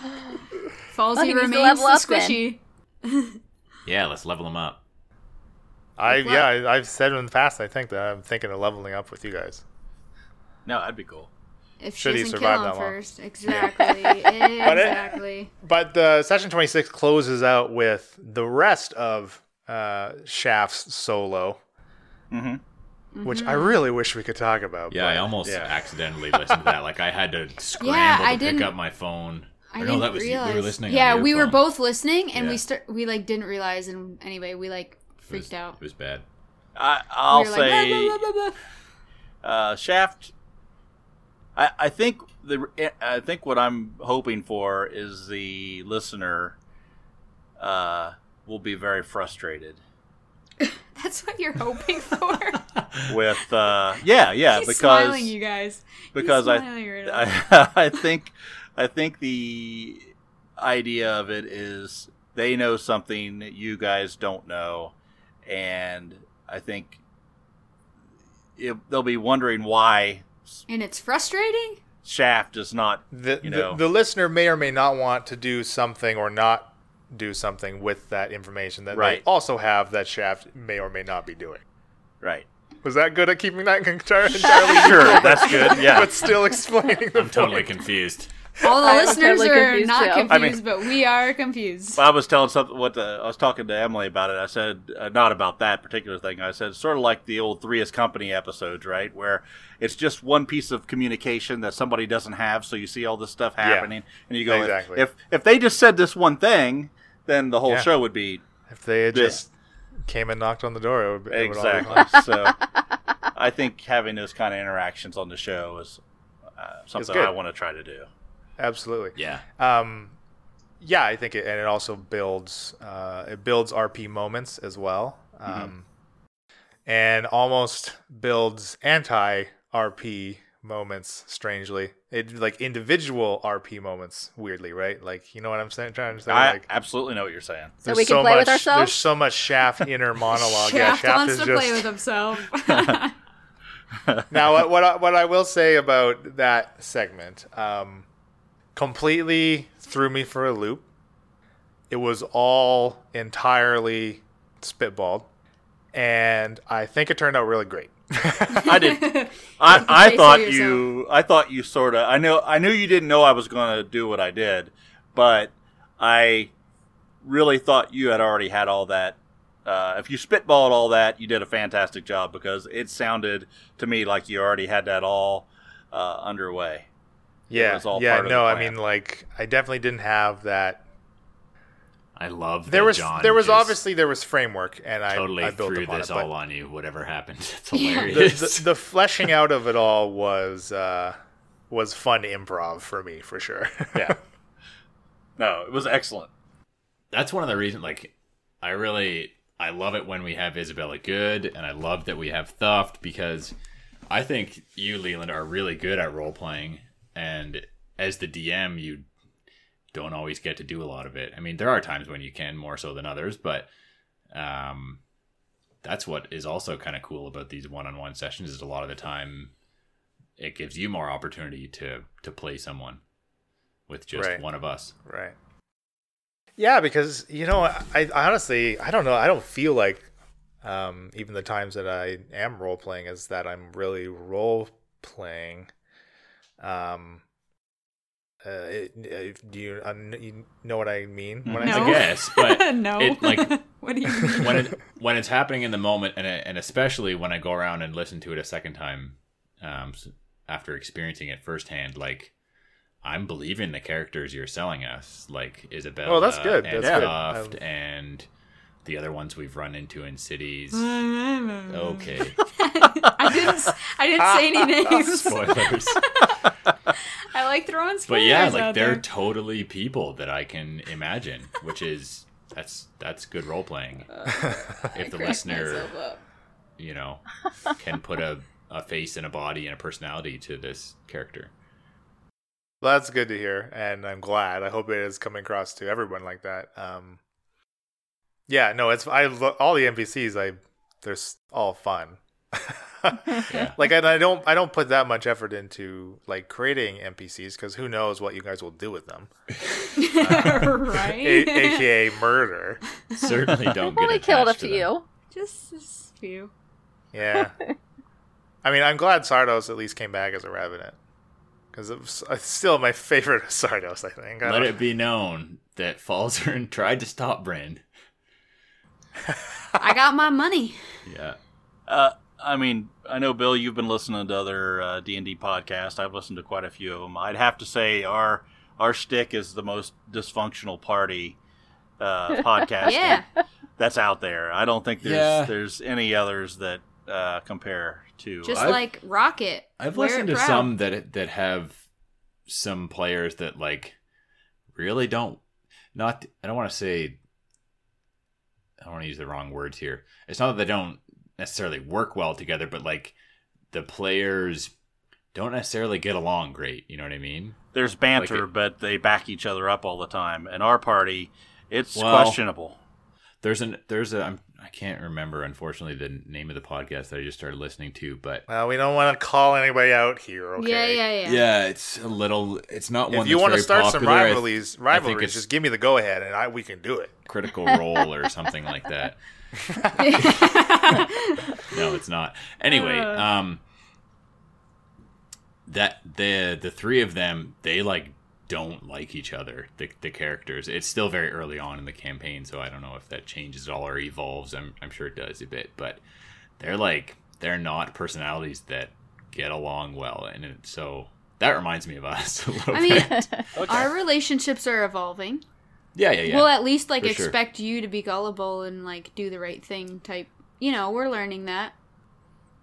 Well,
Falsey
he needs to
remains
level
the
up then.
squishy.
yeah, let's level him up.
I yeah, I, I've said in the past. I think that I'm thinking of leveling up with you guys.
No, that'd be cool.
If she
Should he
doesn't
survive
kill
that
him
long?
first. Exactly. exactly.
But the session twenty six closes out with the rest of uh, Shaft's solo,
Mm-hmm.
Mm-hmm.
which I really wish we could talk about.
Yeah, I almost
yeah.
accidentally listened to that. Like I had to scramble to
I
pick
didn't-
up my phone.
I
Or
didn't
that was you-
realize.
we were listening. on
yeah,
your
we were
phone.
both listening, and
Yeah.
we start. We like didn't realize, and anyway, we like
It was-
freaked out.
It was bad.
I, I'll
we were like,
say.
"Blah, blah, blah, blah, blah."
uh, Shaft. I, I think the I think what I'm hoping for is the listener uh, will be very frustrated
That's what you're hoping for.
with uh, yeah yeah
He's
because
smiling, you guys. He's
because I-
smiling right now.
I, I think I think the idea of it is they know something that you guys don't know, and I think it, they'll be wondering why
and it's frustrating.
Shaft is not
the,
you
the-
know.
the listener may or may not want to do something or not do something with that information that
Right.
they also have that Shaft may or may not be doing.
right.
Was that good at keeping that entirely, entirely
Sure, that's good. Yeah,
but still explaining the
I'm totally confused.
All the
I was
listeners
totally
are
confused,
not
too.
confused,
I mean-
but we are confused.
Well, I was telling something. What the, I was talking to Emily about it. I said uh, not about that particular thing. I said sort of like the old Three is Company episodes, right? Where it's just one piece of communication that somebody doesn't have, so you see all this stuff happening, and you go, if-
Exactly.
if if they just said this one thing, then the whole
Yeah.
show would be
If they had
Yeah.
just came and knocked on the door, it would, be- it would all be
exactly.
fine.
so I think having those kind of interactions on the show is uh, something
good.
I want to try to do.
Absolutely.
Yeah.
Um, yeah, I think it, and it also builds uh, it builds RP moments as well, um, and almost builds anti RP moments. Strangely, it like individual RP moments. Weirdly, right? Like you know what I'm saying? Trying to say
I
like.
absolutely know what you're saying.
So
there's
we can play with
much-
ourselves?
There's so much Shaft inner monologue. yeah,
Shaft
Shaft
wants
is
to
just
play with himself.
now, what what I, what I will say about that segment, um, completely threw me for a loop. It was all entirely spitballed, and I think it turned out really great.
I did I, I
Say so
thought
yourself.
you I thought you sort of I know I knew you didn't know I was going to do what I did, but I really thought you had already had all that. Uh, if you spitballed all that, you did a fantastic job because it sounded to me like you already had that all uh, underway.
Yeah,
was all
yeah,
part of the
no, I
plan.
mean, like, I definitely didn't have that.
I love that
There was
John
there was
just
obviously there was framework, and I
totally
I built
threw
upon
this
it, but-
all on you. Whatever happened, it's
Yeah.
the,
hilarious.
the, the fleshing out of it all was uh, was fun improv for me for sure.
Yeah. no, it was excellent.
That's one of the reasons. Like, I really I love it when we have Isabella Good, and I love that we have Thuft because I think you Leland are really good at role playing, and as the DM, you don't always get to do a lot of it. I mean, there are times when you can more so than others, but um, that's what is also kind of cool about these one-on-one sessions is a lot of the time it gives you more opportunity to to play someone with just
Right.
one of us.
Right. Yeah, because you know, I, I honestly, I don't know, I don't feel like um, even the times that I am role playing is that I'm really role playing. Um, Uh, it, uh, do you, uh, kn- you know what I mean? When
It's
I
a
No.
guess, but
no.
it, like-
what do you mean?
when it, when it's happening in the moment, and and especially when I go around and listen to it a second time, um, s- after experiencing it firsthand, like I'm believing the characters you're selling us, like Isabella.
Oh, that's good.
And
That's good.
Stuffed
Um,
and the other ones we've run into in cities.
Mm. okay.
Okay,
I didn't. s- I didn't say any names.
spoilers.
I like throwing spoilers.
but yeah, like
out
they're
there.
totally people that I can imagine, which is that's that's good role playing. if the listener, you know, can put a, a face and a body and a personality to this character.
Well, that's good to hear, and I'm glad. I hope it is coming across to everyone like that. Um, yeah, no, it's I lo- all the NPCs. I they're s- all fun.
Yeah.
Like and I don't I don't put that much effort into like creating NPCs because who knows what you guys will do with them,
right.
A- aka murder.
Certainly don't
Well,
get
we killed a
attached to them.
few.
Just, just few.
Yeah. I mean, I'm glad Sardos at least came back as a revenant because it's it's still my favorite Sardos. I think. I
Let
don't-
it be known that Falzern tried to stop Bryn.
I got my money.
Yeah.
Uh, I mean, I know Bill, you've been listening to other uh, D and D podcasts. I've listened to quite a few of them. I'd have to say our our stick is the most dysfunctional party uh, podcast
Yeah.
that's out there. I don't think there's
Yeah.
there's any others that uh, compare to.
Just
I've-
like Rocket.
I've
Wear it
listened to
proud.
some that that have some players that like really don't not I don't want to say I don't want to use the wrong words here. It's not that they don't necessarily work well together, but like the players don't necessarily get along great. You know what I mean?
there's banter,
Like it-
but they back each other up all the time. And our party, it's
Well-
questionable.
There's an there's a I'm, I can't remember unfortunately the name of the podcast that I just started listening to, but
Well, we don't want to call anybody out here. Okay.
Yeah, yeah,
yeah,
yeah.
it's a little it's not one.
if you
that's
want to
very
start some
popular. I-
rivalries, rivalries,
it's-
just give me the go ahead, and I we can do it.
Critical Role or something like that. no, it's not. Anyway,
Uh.
um, that the the three of them they like don't like each other. The the characters. It's still very early on in the campaign, so I don't know if that changes at all or evolves. I'm I'm sure it does a bit, but they're like they're not personalities that get along well, and it, so that reminds me of us a little
I mean,
bit.
our relationships are evolving.
Yeah, yeah, yeah.
we'll at least like
for sure.
expect you to be gullible and like do the right thing type you know we're learning that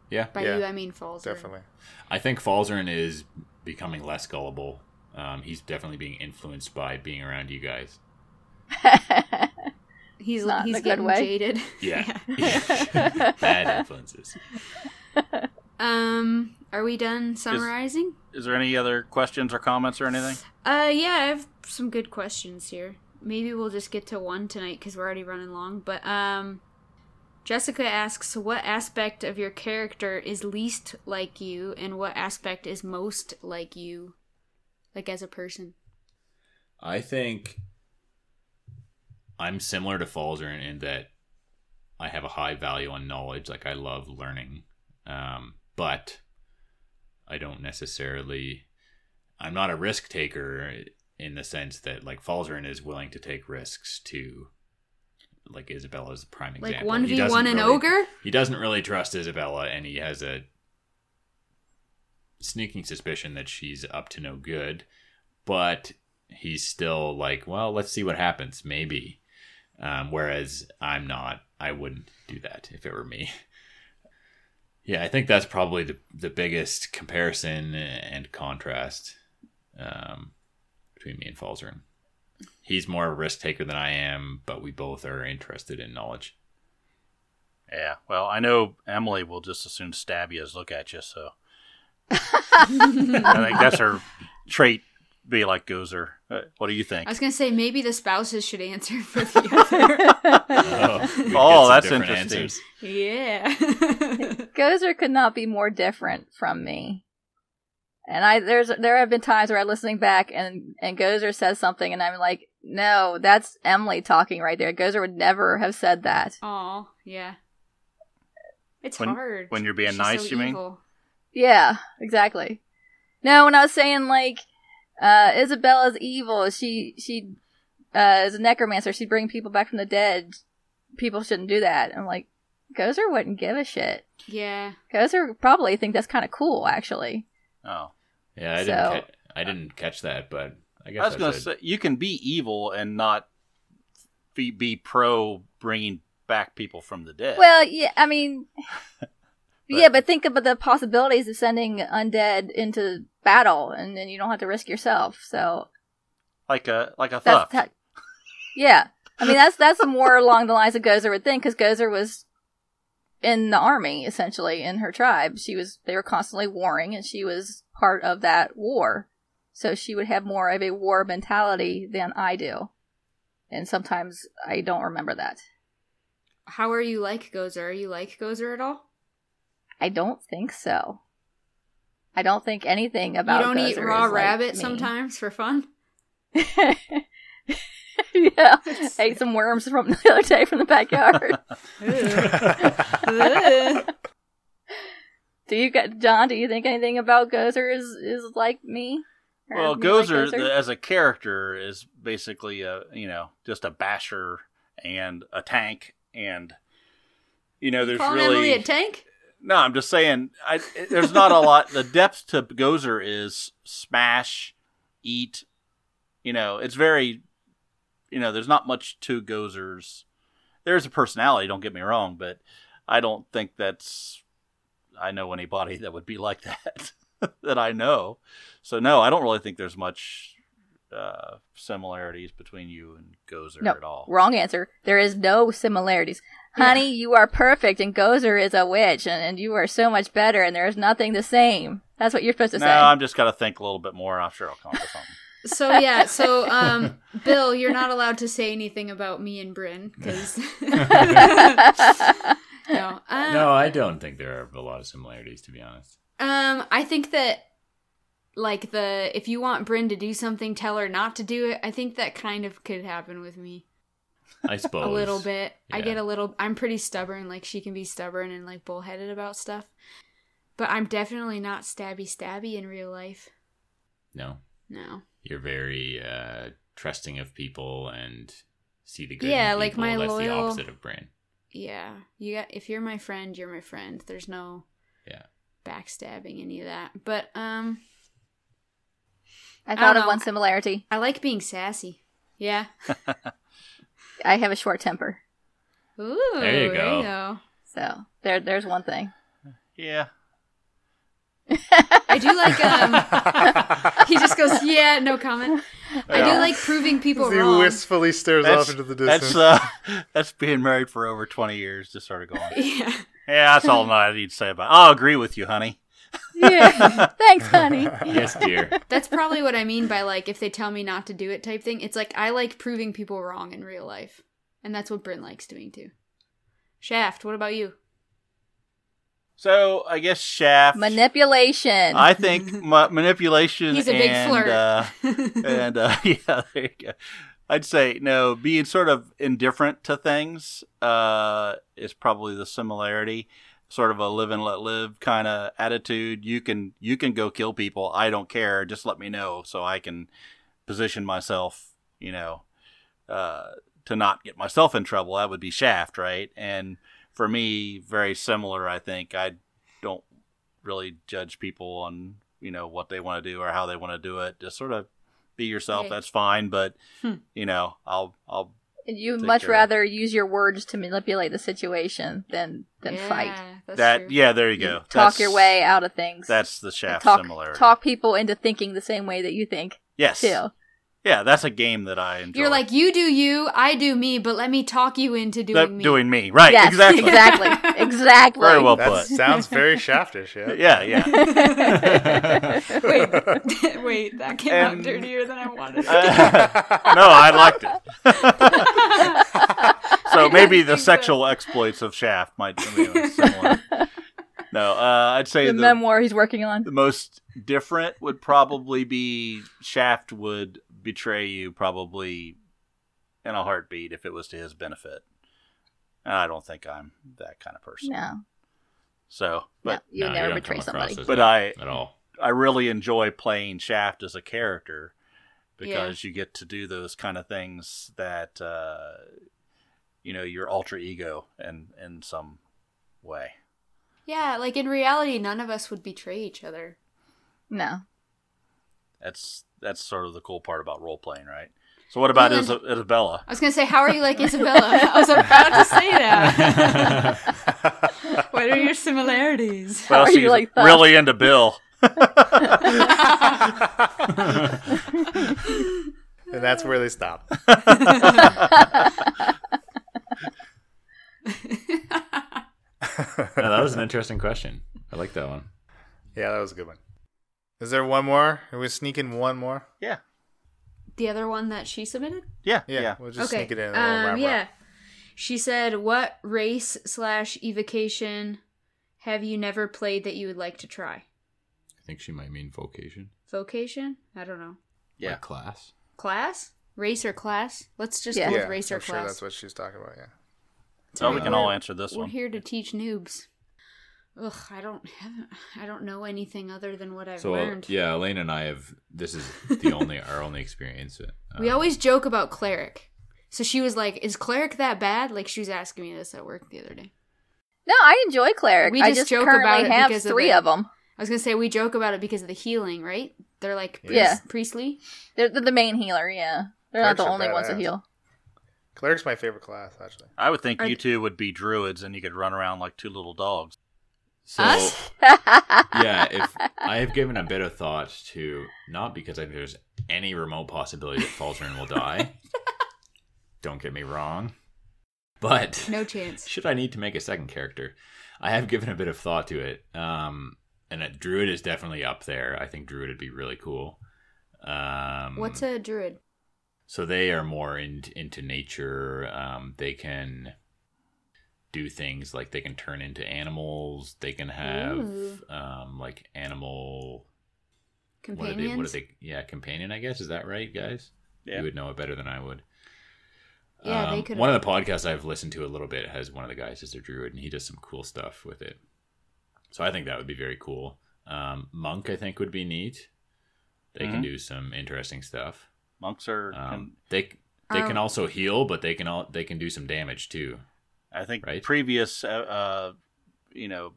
yeah.
by
Yeah.
you i mean falls
Definitely.
I think Falzern is becoming less gullible. Um, he's definitely being influenced by being around you guys.
he's
Not in
he's
a good
getting
way.
jaded
Yeah. Bad influences.
um are we done summarizing
Is there any other questions or comments or anything?
uh yeah i have some good questions here maybe we'll just get to one tonight because we're already running long but um jessica asks what aspect of your character is least like you and what aspect is most like you like as a person
I think I'm similar to Falzern in that I have a high value on knowledge. Like I love learning, um, but I don't necessarily. I'm not a risk taker in the sense that like Falzern is willing to take risks to, like Isabella is a prime
like
example.
one
He
v
doesn't
one an
really-
ogre
he doesn't really trust Isabella, and he has a sneaking suspicion that she's up to no good. But he's still like, well, let's see what happens, maybe. Um, whereas I'm not. I wouldn't do that if it were me. Yeah, I think that's probably the, the biggest comparison and contrast um, between me and Falzern. He's more of a risk taker than I am, but we both are interested in knowledge.
Yeah. Well, I know Emily will just as soon stab you as look at you, so I think that's her trait. Be like Gozer. Uh, What do you think?
I was gonna say maybe the spouses should answer for the
oh, we get
Oh,
some
that's
different
interesting.
Oh.
other. yeah.
Gozer could not be more different from me. And I there's there have been times where I'm listening back and and Gozer says something and I'm like, no, that's Emily talking right there. Gozer would never have said that.
Oh yeah. It's
When-
hard
when you're being
She's
nice,
so
you mean?
evil.
Yeah, exactly. No, when I was saying like Uh, Isabella's evil. She she uh, is a necromancer. She'd bring people back from the dead. People shouldn't do that. I'm like, Gozer wouldn't give a shit.
Yeah.
Gozer would probably think that's kind of cool, actually.
Oh,
Yeah, I
So-
didn't. Ca- I didn't catch that, but I guess
I was gonna
should.
say you can be evil and not be, be pro bringing back people from the dead.
Well, yeah, I mean, yeah, but think about the possibilities of sending undead into battle, and then you don't have to risk yourself. So
like a like a theft.
that's that. yeah. I mean, that's that's more along the lines of Gozer would think, because Gozer was in the army essentially in her tribe. She was they were constantly warring, and she was part of that war. So she would have more of a war mentality than I do, and sometimes I don't remember that.
How are you like Gozer? Are you like Gozer at all?
I don't think so. I don't think anything about
you don't eat
Gozer
raw
is like
rabbit
me.
sometimes for fun?
yeah, I ate some worms from the other day from the backyard. do you get John? Do you think anything about Gozer is is like me? Or
Well, uh,
me like
Gozer the, as a character is basically a you know just a basher and a tank and you know there's
Calling
really
Emily a tank?
no. I'm just saying I, there's not a lot. The depth to Gozer is smash, eat. You know it's very you know there's not much to Gozer's. There's a personality. Don't get me wrong, but I don't think that's I know anybody that would be like that that I know. So no, I don't really think there's much uh, similarities between you and Gozer
No,
at all.
Wrong answer. There is no similarities. Honey, you are perfect, and Gozer is a witch, and, and you are so much better, and there is nothing the same. That's what you're supposed to
No,
say.
I'm just gotta think a little bit more. I'm sure I'll come up with something.
So yeah, so um, Bill, you're not allowed to say anything about me and Bryn because no, uh,
no, I don't think there are a lot of similarities, to be honest.
Um, I think that like the if you want Bryn to do something, tell her not to do it. I think that kind of could happen with me
I suppose
a little bit. I
yeah.
get a little. I'm pretty stubborn. Like she can be stubborn and like bullheaded about stuff, but I'm definitely not stabby stabby in real life.
No,
No.
you're very uh, trusting of people and see the good.
Yeah,
in
like
people.
my
That's the
loyal-
opposite of Bran.
Yeah. You got if you're my friend, you're my friend. There's no
Yeah.
backstabbing any of that. But um
I
I
thought
don't
of
know.
one similarity.
I like being sassy. Yeah.
I have a short temper,
Ooh.
There you go.
so there there's one thing.
Yeah.
I do like um he just goes, "Yeah, no comment." I do
Yeah.
like proving people
He
wrong.
wistfully stares off
That's,
into the
that's
distance.
uh that's being married for over twenty years, just sort of going.
yeah.
Yeah, that's all I need to say about it. I'll agree with you, honey.
Yeah, thanks, honey.
Yes, dear.
That's probably what I mean by like if they tell me not to do it type thing. It's like I like proving people wrong in real life. And that's what Bryn likes doing too. Shaft, what about you?
So I guess Shaft
Manipulation.
I think ma- manipulation
He's a big
and,
flirt.
Uh, and uh, yeah, there you go. I'd say no, being sort of indifferent to things uh, is probably the similarity. Sort of a live and let live kind of attitude. You can you can go kill people. I don't care. Just let me know so I can position myself. You know, uh, to not get myself in trouble. That would be Shaft, right? And for me, very similar. I think I don't really judge people on you know what they want to do or how they want to do it. Just sort of be yourself.
Right.
That's fine, but
Hmm.
you know, I'll I'll
You'd
Take
much
care.
rather use your words to manipulate the situation than than
yeah,
fight.
That's
that
true.
yeah. There you go.
Talk
That's-
your way out of things.
That's the
And
shaft
talk,
similarity.
Talk people into thinking the same way that you think
yes.
too.
Yeah, that's a game that I enjoy.
You're like, you do you, I do me, but let me talk you into doing
That-
me.
doing me right.
yes,
Exactly.
exactly, exactly.
Very well
That
put.
sounds very shaftish. Yeah.
Yeah, yeah.
Wait, wait, that came
And-
out dirtier than I wanted. it.
no, I liked it. so maybe the
think so.
sexual exploits of Shaft might be similar. No, uh, I'd say
the
the,
memoir he's working on.
the most different would probably be Shaft would betray you probably in a heartbeat if it was to his benefit. And I don't think I'm that kind of person.
No,
So, but
no, you
No,
never
don't
betray
come
somebody.
across as
but
that
I
at all.
I really enjoy playing Shaft as a character because you get to do those kind of things that uh, you know your alter ego and in some way.
Yeah, like in reality, none of us would betray each other.
No.
That's that's sort of the cool part about role playing, right? So what about
Well,
Isa- Isabella?
I was gonna say, how are you like Isabella? I was about to say that. what are your similarities?
How
Well,
are you
she's
like that?
really into Bill.
and that's where they stop.
No, that was an interesting question. I like that one.
Yeah, that was a good one. Is there one more? Are we sneaking one more?
Yeah,
the other one that she submitted.
yeah,
Yeah,
yeah.
we'll just sneak it in. And then we'll
um,
wrap
yeah.
Up.
She said, "What race slash evocation have you never played that you would like to try?
I think she might mean vocation.
Vocation? I don't know.
Yeah.
Like class.
Class? Race or class? Let's just
Yeah.
go
yeah,
with race or
I'm sure
class.
that's what she's talking about. Yeah.
So Oh, we
Uh,
can all answer this
We're
one.
here to teach noobs. Ugh, I don't have, I don't know anything other than what I've
so uh,
learned.
yeah, Elaine and I have. This is the only our only experience. uh,
We always joke about cleric. So she was like, "Is cleric that bad?" Like she was asking me this at work the other day.
No, I enjoy cleric.
We
I
just
just
joke
currently
about it
have
because of
three
it.
of them.
I was gonna say we joke about it because of the healing, right? They're like priest,
Yeah.
priestly.
They're, they're the main healer. Yeah, they're not
Clerics
the
are
only ones that
badass.
heal.
Cleric's my favorite class, actually.
I would think
Are
you
th-
two would be druids, and you could run around like two little dogs.
So,
Us?
yeah, if I have given a bit of thought to not because I think there's any remote possibility that Faltern will die. Don't get me wrong, but
No chance.
should I need to make a second character? I have given a bit of thought to it, um, and it, Druid is definitely up there. I think Druid would be really cool. Um,
What's a druid?
so they are more in, into nature. Um, they can do things like they can turn into animals. They can have
Ooh.
um, like animal what are
Companions.
they? What are they? Yeah, companion. I guess is that right, guys?
Yeah.
You would know it better than I would.
Yeah, they
Um,
could-
One of the podcasts I've listened to a little bit has one of the guys is a druid, and he does some cool stuff with it. So I think that would be very cool. Um, monk, I think, would be neat. They can
Mhm.
do some interesting stuff.
Monks are.
Um,
can-
they they
Um,
can also heal, but they can all they can do some damage too.
I think
right?
previous, uh, uh, you know,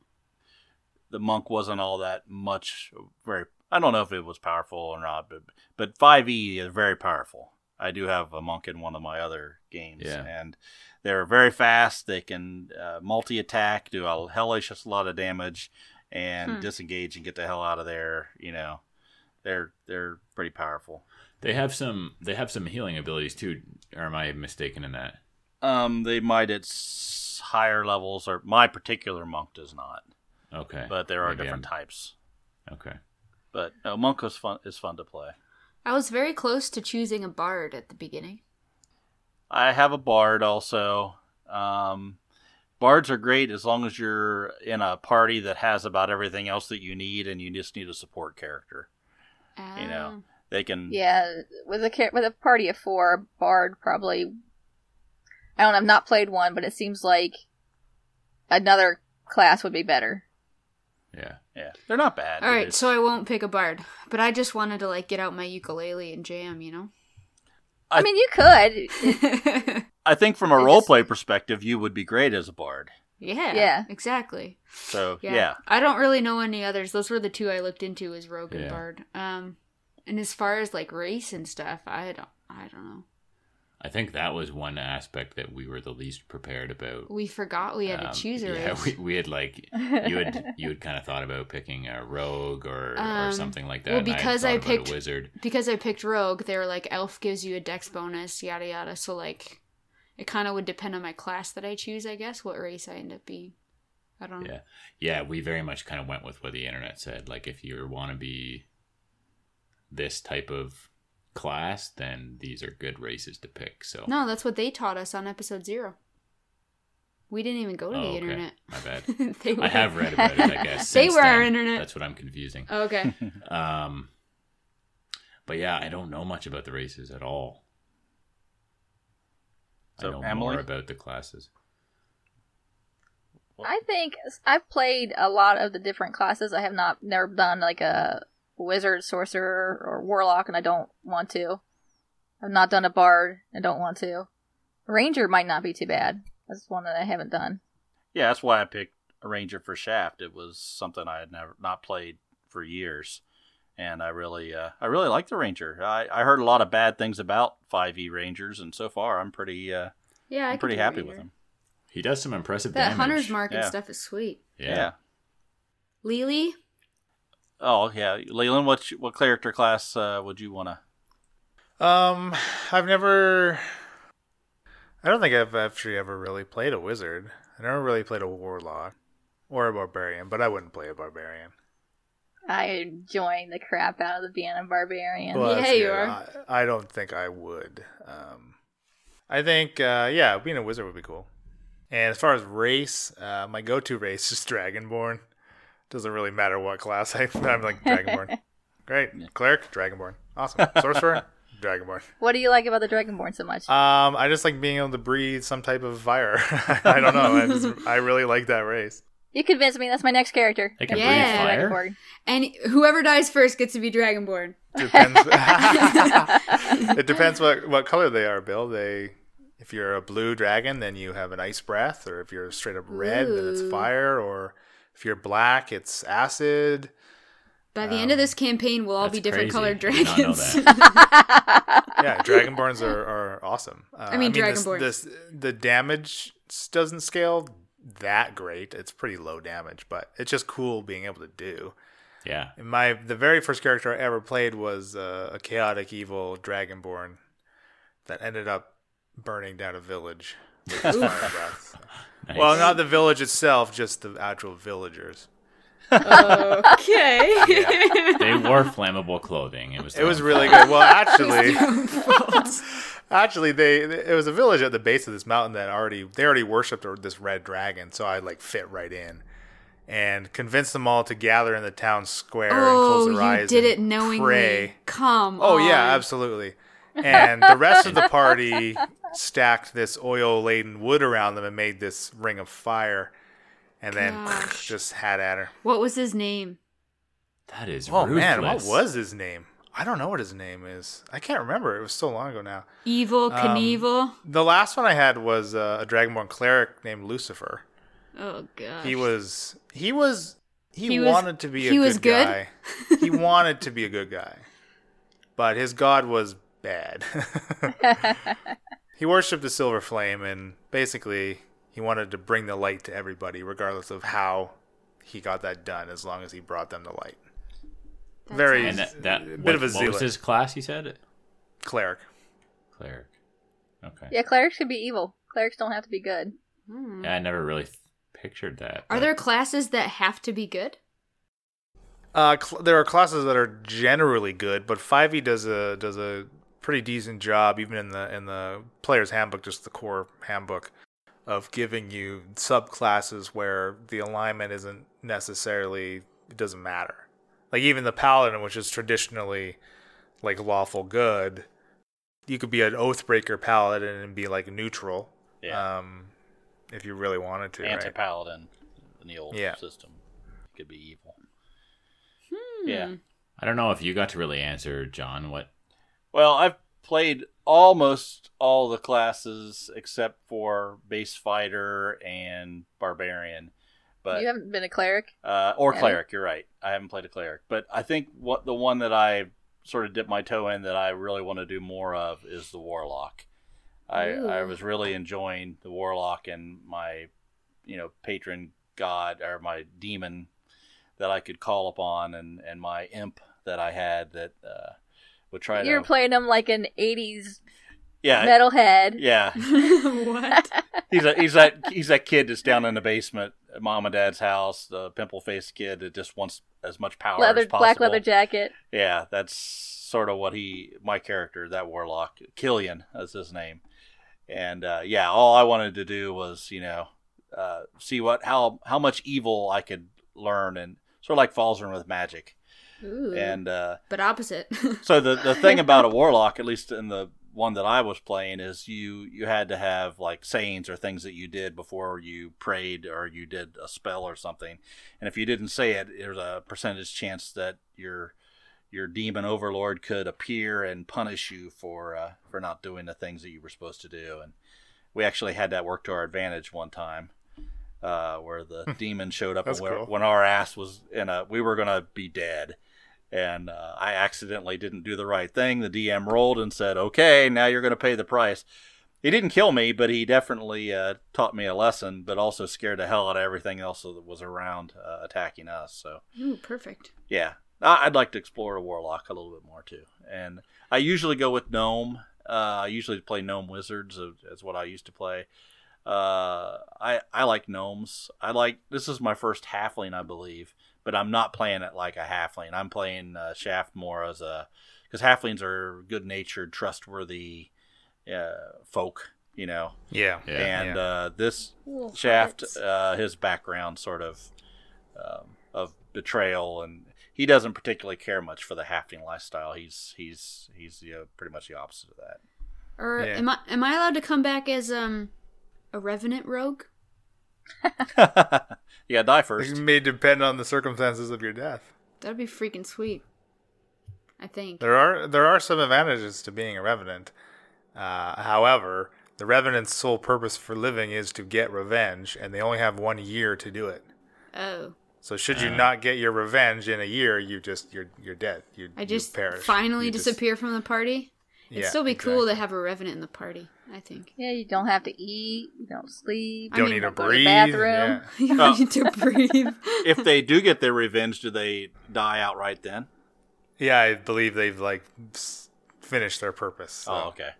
the monk wasn't all that much. Very, I don't know if it was powerful or not, but but five E is very powerful. I do have a monk in one of my other games,
Yeah.
and they're very fast. They can uh, multi attack, do a hellish lot of damage, and
Hmm.
disengage and get the hell out of there. You know, they're they're pretty powerful.
They have some they have some healing abilities too. Or am I mistaken in that?
Um, they might at s- higher levels, or my particular monk does not,
Okay,
but there are
Maybe
different
I'm-
types.
Okay,
But no, monk is fun. Is fun to play.
I was very close to choosing a bard at the beginning.
I have a bard also. Um, bards are great as long as you're in a party that has about everything else that you need, and you just need a support character.
Ah.
You know, They can.
Yeah, with a char- with a party of four, a bard probably. I don't. know, I've not played one, but it seems like another class would be better.
yeah.
yeah, they're not bad.
All
They're
right,
just-
so I won't pick a bard, but I just wanted to like get out my ukulele and jam, you know.
I,
I-
mean, you could.
I think from a
I
role
just-
play perspective, you would be great as a bard.
yeah.
Yeah.
Exactly.
So
Yeah.
yeah,
I don't really know any others. Those were the two I looked into as rogue and
Yeah.
bard. Um, and as far as like race and stuff, I don't. I don't know.
I think that was one aspect that we were the least prepared about.
We forgot we had
Um,
to choose a
Yeah,
race.
we, we had like you had you had kind of thought about picking a rogue or,
Um,
or something like that.
well,
and I had
because I
thought about
picked-
a wizard.
because I picked rogue, they were like elf gives you a dex bonus, yada yada. So like, it kind of would depend on my class that I choose, I guess, what race I end up being. I don't know.
Yeah, yeah, we very much kind of went with what the internet said. Like, if you want to be this type of class, then these are good races to pick. So
No, that's what they taught us on episode zero. We didn't even go to
Oh,
the
okay.
internet.
My bad.
they were,
I have read about it. I guess
They
since
were our
then.
internet.
That's what I'm confusing.
Okay.
Um, but yeah, I don't know much about the races at all.
So,
I know
Emily?
more about the classes.
I think I've played a lot of the different classes. I have not never done like a wizard, sorcerer, or warlock, and I don't want to. I've not done a bard, and don't want to. Ranger might not be too bad. That's one that I haven't done.
Yeah, that's why I picked a ranger for Shaft. It was something I had never not played for years, and I really, uh, I really like the ranger. I, I heard a lot of bad things about Five E rangers, and so far I'm pretty, uh,
Yeah, I
I'm
could
pretty
do
happy
Ranger.
with them.
He does some impressive
That
damage.
hunter's mark and
Yeah.
stuff is sweet.
Yeah.
Lily,
Oh yeah, Leland, what you- what character class uh, would you want to?
Um, I've never. I don't think I've actually ever really played a wizard. I never really played a warlock or a barbarian, but I wouldn't play a barbarian.
I joined the crap out of the Bannon Barbarian.
Well, that's
Yeah, you
good.
are.
I, I don't think I would. Um, I think uh, yeah, being a wizard would be cool. And as far as race, uh, my go-to race is dragonborn. Doesn't really matter what class I, I'm like dragonborn. Great cleric, dragonborn. Awesome sorcerer, dragonborn.
What do you like about the Dragonborn so
Uh,
much?
Um, I just like being able to breathe some type of fire. I don't know. I, just, I really like that race.
you convinced me. That's my next character.
They can
Yeah.
breathe fire.
Dragonborn.
and whoever dies first gets to be Dragonborn.
Depends. it depends what what color they are, Bill. They, if you're a blue dragon, then you have an ice breath, or if you're straight up red, then it's
Ooh.
fire, or if you're black, it's acid.
By the end of this campaign, we'll all
That's
be different
crazy.
colored
I did not know
dragons.
Yeah, dragonborns are, are awesome. Uh,
I mean,
this-
dragonborn.
This, the damage s- doesn't scale that great. It's pretty low damage, but it's just cool being able to do.
Yeah.
And My the very first character I ever played was uh, a chaotic evil dragonborn that ended up burning down a village. with his fire breath.
Nice.
Well, not the village itself, just the actual villagers.
okay.
they wore flammable clothing. It was.
It was really good. Well, actually, actually, they it was a village at the base of this mountain that already they already worshipped this red dragon, so I like fit right in and convinced them all to gather in the town square and close
oh,
their eyes.
you did
and
it knowingly.
pray.
Come.
Oh yeah,
on.
absolutely. And the rest of the party stacked this oil-laden wood around them and made this ring of fire, and then
Gosh.
just had at her.
What was his name?
That is.
Oh man, what
ruthless.
was his name? I don't know what his name is. I can't remember. It was so long ago now.
Evil
Um,
Knievel.
The last one I had was uh, a Dragonborn cleric named Lucifer.
oh god.
He was he was he,
He was-
wanted to be a
he
good,
was good?
guy. he wanted to be a good guy, but his god was bad. he worshipped the silver flame, and basically he wanted to bring the light to everybody, regardless of how he got that done, as long as he brought them the light.
That's
very-
And that, that
A
bit
bit
what,
of a
what was
zealot.
his class? You said
Cleric.
cleric. Okay.
yeah, clerics should be evil. Clerics don't have to be good.
Hmm.
Yeah, I never really th- pictured that.
Are
but-
there classes that have to be good?
Uh, cl- there are classes that are generally good, but Five E does a does a pretty decent job, even in the in the player's handbook, just the core handbook, of giving you subclasses where the alignment isn't necessarily it doesn't matter. Like even the Paladin, which is traditionally like lawful good, you could be an Oathbreaker Paladin and be like neutral,
Yeah,
um, if you really wanted to.
anti
Right?
paladin in the old
Yeah.
system could be evil.
Hmm.
Yeah.
I don't know if you got to really answer, John. What?
Well, I've played almost all the classes except for base fighter and barbarian, but
you haven't been a cleric.
uh, or
Really?
cleric. You're right. I haven't played a cleric, but I think what the one that I sort of dipped my toe in that I really want to do more of is the warlock. I,
Ooh.
I was really enjoying the warlock and my, you know, patron god or my demon that I could call upon and and my imp that I had that uh, would try
You're
to
playing him like an 80s
yeah
metalhead.
yeah
what?
he's a he's that he's that kid that's down in the basement at mom and dad's house the pimple faced kid that just wants as much power
Leather,
as possible
black leather jacket.
yeah that's sort of what he my character that warlock killian is his name and uh, yeah all i wanted to do was you know uh, see what how how much evil i could learn and sort of like Falzern with magic
Mm-hmm.
Ooh.
and uh,
but opposite.
so the the thing about a warlock, at least in the one that I was playing, is you you had to have like sayings or things that you did before you prayed or you did a spell or something, and if you didn't say it, there's a percentage chance that your your demon overlord could appear and punish you for uh, for not doing the things that you were supposed to do. And we actually had that work to our advantage one time, uh, where the demon showed up and
That's
where-
cool.
when our ass was in a we were gonna be dead. And uh, I accidentally didn't do the right thing. The DM rolled and said, "Okay, now you're going to pay the price." He didn't kill me, but he definitely uh, taught me a lesson, but also scared the hell out of everything else that was around uh, attacking us. So
Ooh, perfect.
yeah I- i'd like to explore a warlock a little bit more too and i usually go with gnome uh, i usually play gnome wizards uh, that's what i used to play uh, I, I like gnomes i like this is my first halfling i believe but i'm not playing it like a halfling i'm playing uh, shaft more as a because halflings are good natured trustworthy uh, folk you know
Yeah.
Yeah.
and Uh, this
Wolf
Shaft,
hearts.
uh, his background sort of um, of betrayal, and he doesn't particularly care much for the halfling lifestyle. He's he's he's you know, pretty much the opposite of that.
Or
Yeah.
am I am I allowed to come back as um a revenant rogue?
yeah, die
It
first.
may depend on the circumstances of your death.
That'd be freaking sweet. I think.
There are there are some advantages to being a revenant. Uh, however, the revenant's sole purpose for living is to get revenge, and they only have one year to do it.
Oh,
So, should you not get your revenge in a year, you just you're you're dead. You
I
you
just
perish.
finally
You just-
disappear from the party. It'd
Yeah,
still be cool to
exactly.
have a revenant in the party. I think.
Yeah, you don't have to eat, you don't sleep,
I
Don't
mean,
need to
we'll go to the
breathe.
bathroom.
yeah.
you
Oh.
need to breathe.
if they do get their revenge, do they die outright then?
Yeah, I believe they've like s- finished their purpose. so,
Oh, okay.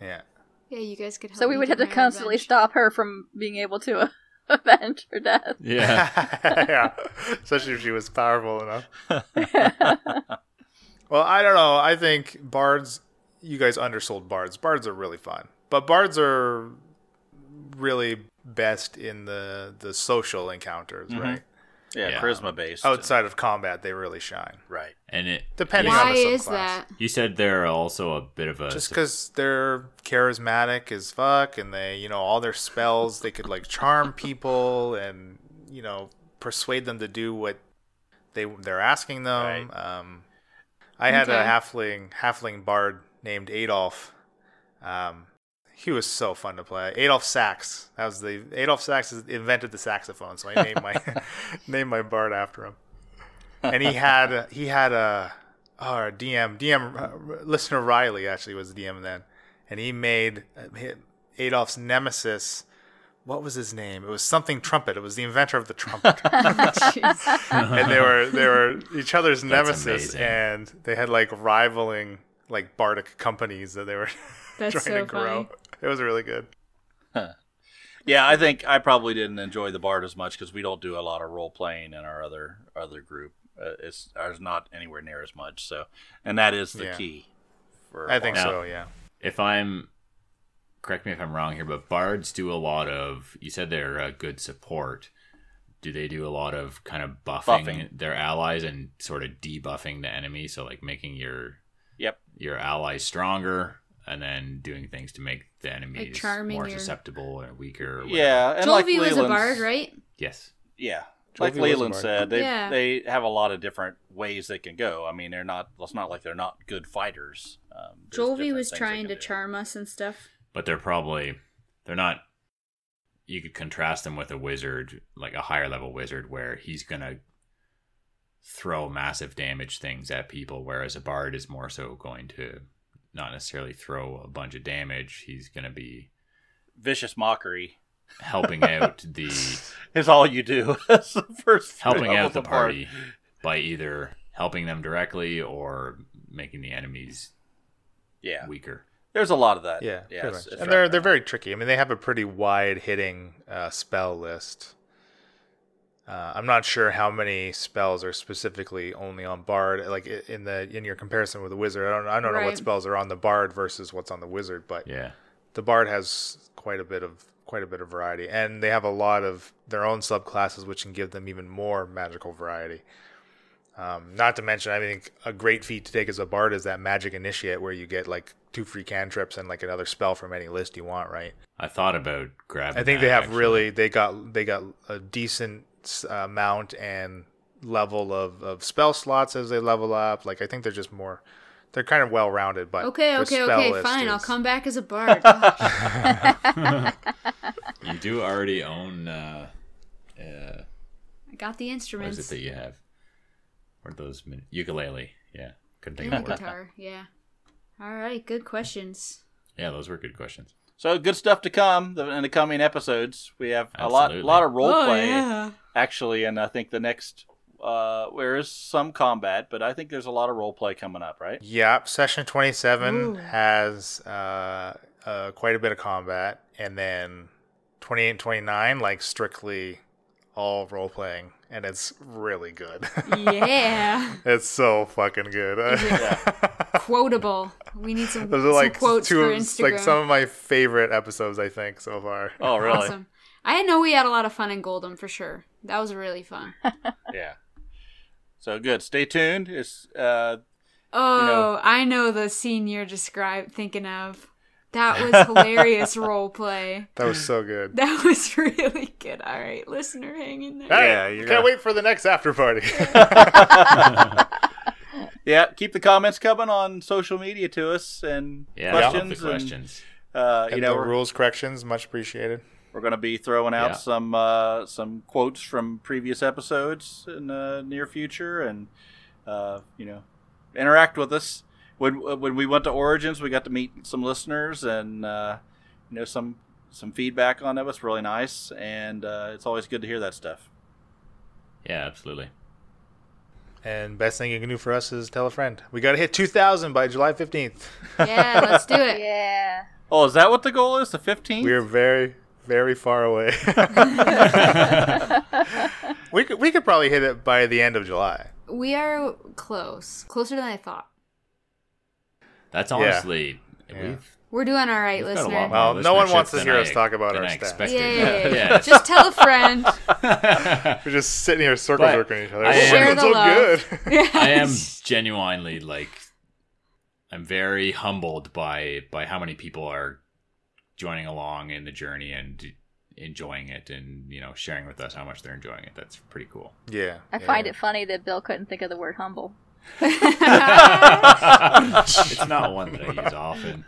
Yeah.
yeah, you guys could. help
So we
me
would
get
have to
my
constantly
revenge.
stop her from being able to avenge her death.
yeah.
yeah. Especially if she was powerful enough. well, I don't know. I think bards, you guys undersold bards. Bards are really fun. But bards are really best in the, the social encounters, right?
Yeah,
Yeah.
charisma
Oh,
based.
uh,
Outside of combat, they really shine.
right.
And it
Depending
you,
on
Why
the
is
subclass.
that?
you said they're also a bit of a
Just because they're charismatic as fuck and they, you know, all their spells, they could like charm people and, you know, persuade them to do what they they're asking them. Um, I had a
Okay.
halfling halfling bard named Adolf. Um, he was so fun to play. Adolf Sax. That was the Adolf Sax is- invented the saxophone, so I named my named my bard after him. And he had he had a our DM DM uh, listener Riley actually was the DM then, and he made uh, hi- Adolf's nemesis. What was his name? It was something trumpet. It was the inventor of the trumpet
Jeez.
and they were they were each other's
That's
nemesis,
amazing.
and they had like rivaling like bardic companies that they were
That's
trying to
so
grow.
funny.
It was really good.
Yeah, I think I probably didn't enjoy the bard as much because we don't do a lot of role playing in our other other group. Uh, it's ours not anywhere near as much. So, and that is the
Yeah.
key. For
I think
Now-
so. Yeah.
if I'm correct me if I'm wrong here, but bards do a lot of. You said they're uh, good support. Do they do a lot of kind of buffing,
Buffing.
their allies and sort of debuffing the enemy? So like making your
Yep.
your allies stronger and then doing things to make the enemies
charming
more
your-
susceptible or weaker. Or whatever.
Yeah, and like
Jolvi was a
Leland's-
bard, right?
Yes.
Yeah.
Jovi
Like
was
Leland
Mark.
said, they
Yeah.
they have a lot of different ways they can go. I mean, they're not. It's not like they're not good fighters. Um, there's
Jolvi
different
was
things they
trying
can
to
do.
charm us and stuff.
but they're probably they're not you could contrast them with a wizard like a higher level wizard where he's gonna throw massive damage things at people whereas a bard is more so going to not necessarily throw a bunch of damage he's gonna be
vicious mockery.
helping out the
Is all you do. That's the first
helping
level
out the
of bard.
party by either helping them directly or making the enemies
Yeah,
weaker
there's a lot of that.
Yeah.
yeah,
pretty
it's-
much.
it's
and they're
right
they're
around.
very tricky. I mean, they have a pretty wide hitting uh, spell list. Uh, I'm not sure how many spells are specifically only on bard. Like i- in the in your comparison with the wizard, I don't I don't know
Right.
what spells are on the bard versus what's on the wizard, but
yeah
the bard has quite a bit of quite a bit of variety and they have a lot of their own subclasses which can give them even more magical variety um, not to mention i think a great feat to take as a bard is that magic initiate where you get like two free cantrips and like another spell from any list you want right
i thought about grabbing
i think
that,
they have
actually.
really they got they got a decent uh, mount and level of, of spell slots as they level up. Like I think they're just more they're kind of well rounded, but
Okay,
their
okay,
spell
okay,
list
fine. I'll
is-
come back as a bard. Ugh.
You do already own. Uh, uh,
I got the
what is
instruments.
it that you have? Or those min- ukulele? Yeah, couldn't think
And the
of the word.
guitar. Yeah. All right. Good questions.
Yeah, those were good questions.
So good stuff to come th- in the coming episodes. We have a
Absolutely.
lot, lot of role
Oh,
play actually, and I think the next uh, there is some combat, but I think there's a lot of role play coming up, right?
Yep, session 27
Ooh.
has uh, uh, quite a bit of combat, and then 28 and 29, like strictly all role playing, and it's really good.
Yeah.
it's so fucking good.
Quotable. We need some,
Those are
some
like
quotes
two
for
of
Instagram.
like some of my favorite episodes, I think, so far.
Oh, really?
Awesome. I know we had a lot of fun in Goldham for sure. That was really fun.
Yeah. So good. Stay tuned. It's uh,
Oh, I know the scene you're describe thinking of. That was hilarious role play.
That was so good.
That was really good. All right, listener, hang in there.
Hey,
Yeah, you're
can't
gonna-
wait for the next after party.
yeah. Keep the comments coming on social media to us and
Yeah, I love
questions.
the
and,
questions.
uh, you
and
know,
the
we're-
rules corrections, much appreciated.
We're going to be throwing out
Yeah.
some uh, some quotes from previous episodes in the near future, and uh, you know, interact with us. When when we went to Origins, we got to meet some listeners, and uh, you know some some feedback on that was really nice, and uh, it's always good to hear that stuff.
Yeah, absolutely.
And best thing you can do for us is tell a friend. We got to hit 2,000 by July 15th.
Yeah, let's do it.
Yeah.
Oh, is that what the goal is? The fifteenth?
We are very, very far away. we could we could probably hit it by the end of July.
We are close, closer than I thought.
That's honestly.
Yeah.
We've,
We're doing all right,
we've got a
listener.
lot
Well,
more
no one wants
listenership
to
than
hear
I-
us talk about
than
our
I
stats.
expected.
Yay.
Yeah.
Just tell a friend.
We're just sitting here circle
But
jerking each other.
I
We're
am-
doing
Share the love.
good.
I am genuinely like I'm very humbled by by how many people are joining along in the journey and enjoying it and you know sharing with us how much they're enjoying it. That's pretty cool.
yeah,
I find it funny that Bill couldn't think of the word humble.
it's not one that I use often.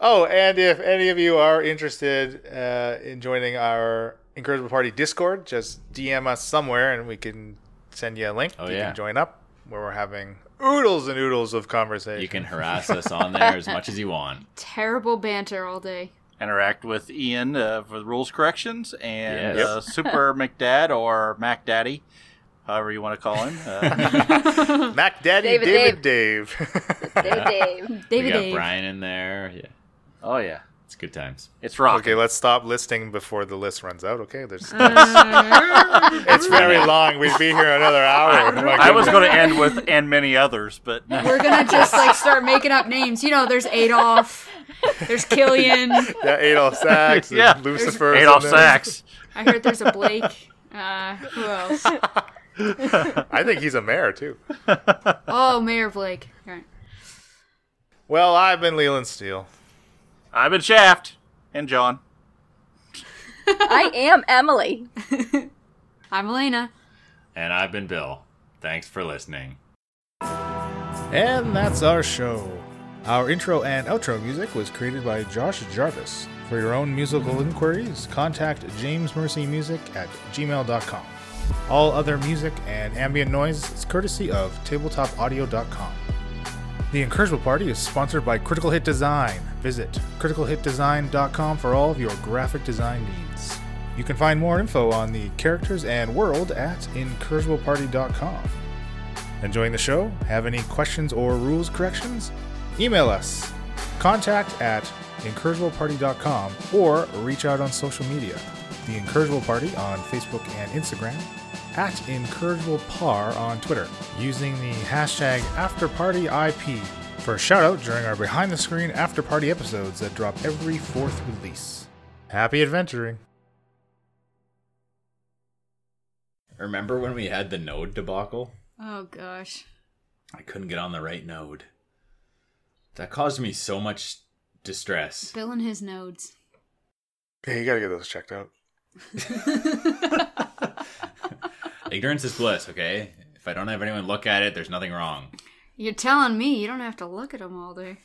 Oh, and if any of you are interested uh, in joining our Encouragement Party Discord, just DM us somewhere and we can send you a link.
Oh,
you
yeah.
can join up where we're having oodles and oodles of conversation.
You can harass us on there as much as you want.
Terrible banter all day.
Interact with Ian uh, for the rules corrections and
Yes.
uh, Super McDad or Mac Daddy, however you want to call him. Uh,
Mac Daddy, David,
David
Dave.
Dave, Dave.
we
David
got
Dave.
Brian in there. Yeah,
oh yeah,
it's good times.
it's rock.
Okay, let's stop listing before the list runs out. Okay, there's it's
it's
very long. We'd be here another hour. Oh My
I was
goodness.
going to end with and many others, but
We're gonna just like start making up names. You know, there's Adolf, there's Killian.
yeah, Adolf Sachs,
Yeah.
yeah, Lucifer,
Adolf
and then-
Sachs.
I heard there's a Blake. Uh, who else?
I think he's a mayor too.
Oh, Mayor Blake. All right.
Well, I've been Leland Steele.
I've been Shaft and John.
I am Emily.
I'm Elena.
And I've been Bill. Thanks for listening.
And that's our show. Our intro and outro music was created by Josh Jarvis. For your own musical inquiries, contact jamesmercymusic at gmail.com. All other music and ambient noise is courtesy of tabletopaudio.com. The Encouragement Party is sponsored by Critical Hit Design. Visit criticalhitdesign.com for all of your graphic design needs. You can find more info on the characters and world at encourageableparty.com. Enjoying the show? Have any questions or rules corrections? Email us contact at encourageableparty.com or reach out on social media. The Encourageable Party on Facebook and Instagram, at EncouragablePar on Twitter, using the hashtag AfterPartyIP for a shout out during our behind the screen after party episodes that drop every fourth release. Happy adventuring!
Remember when we had the node debacle?
Oh gosh.
I couldn't get on the right node. That caused me so much distress.
Bill and his nodes.
Hey, you gotta get those checked out.
Ignorance is bliss, okay? If I don't have anyone look at it, there's nothing wrong.
You're telling me you don't have to look at them all day.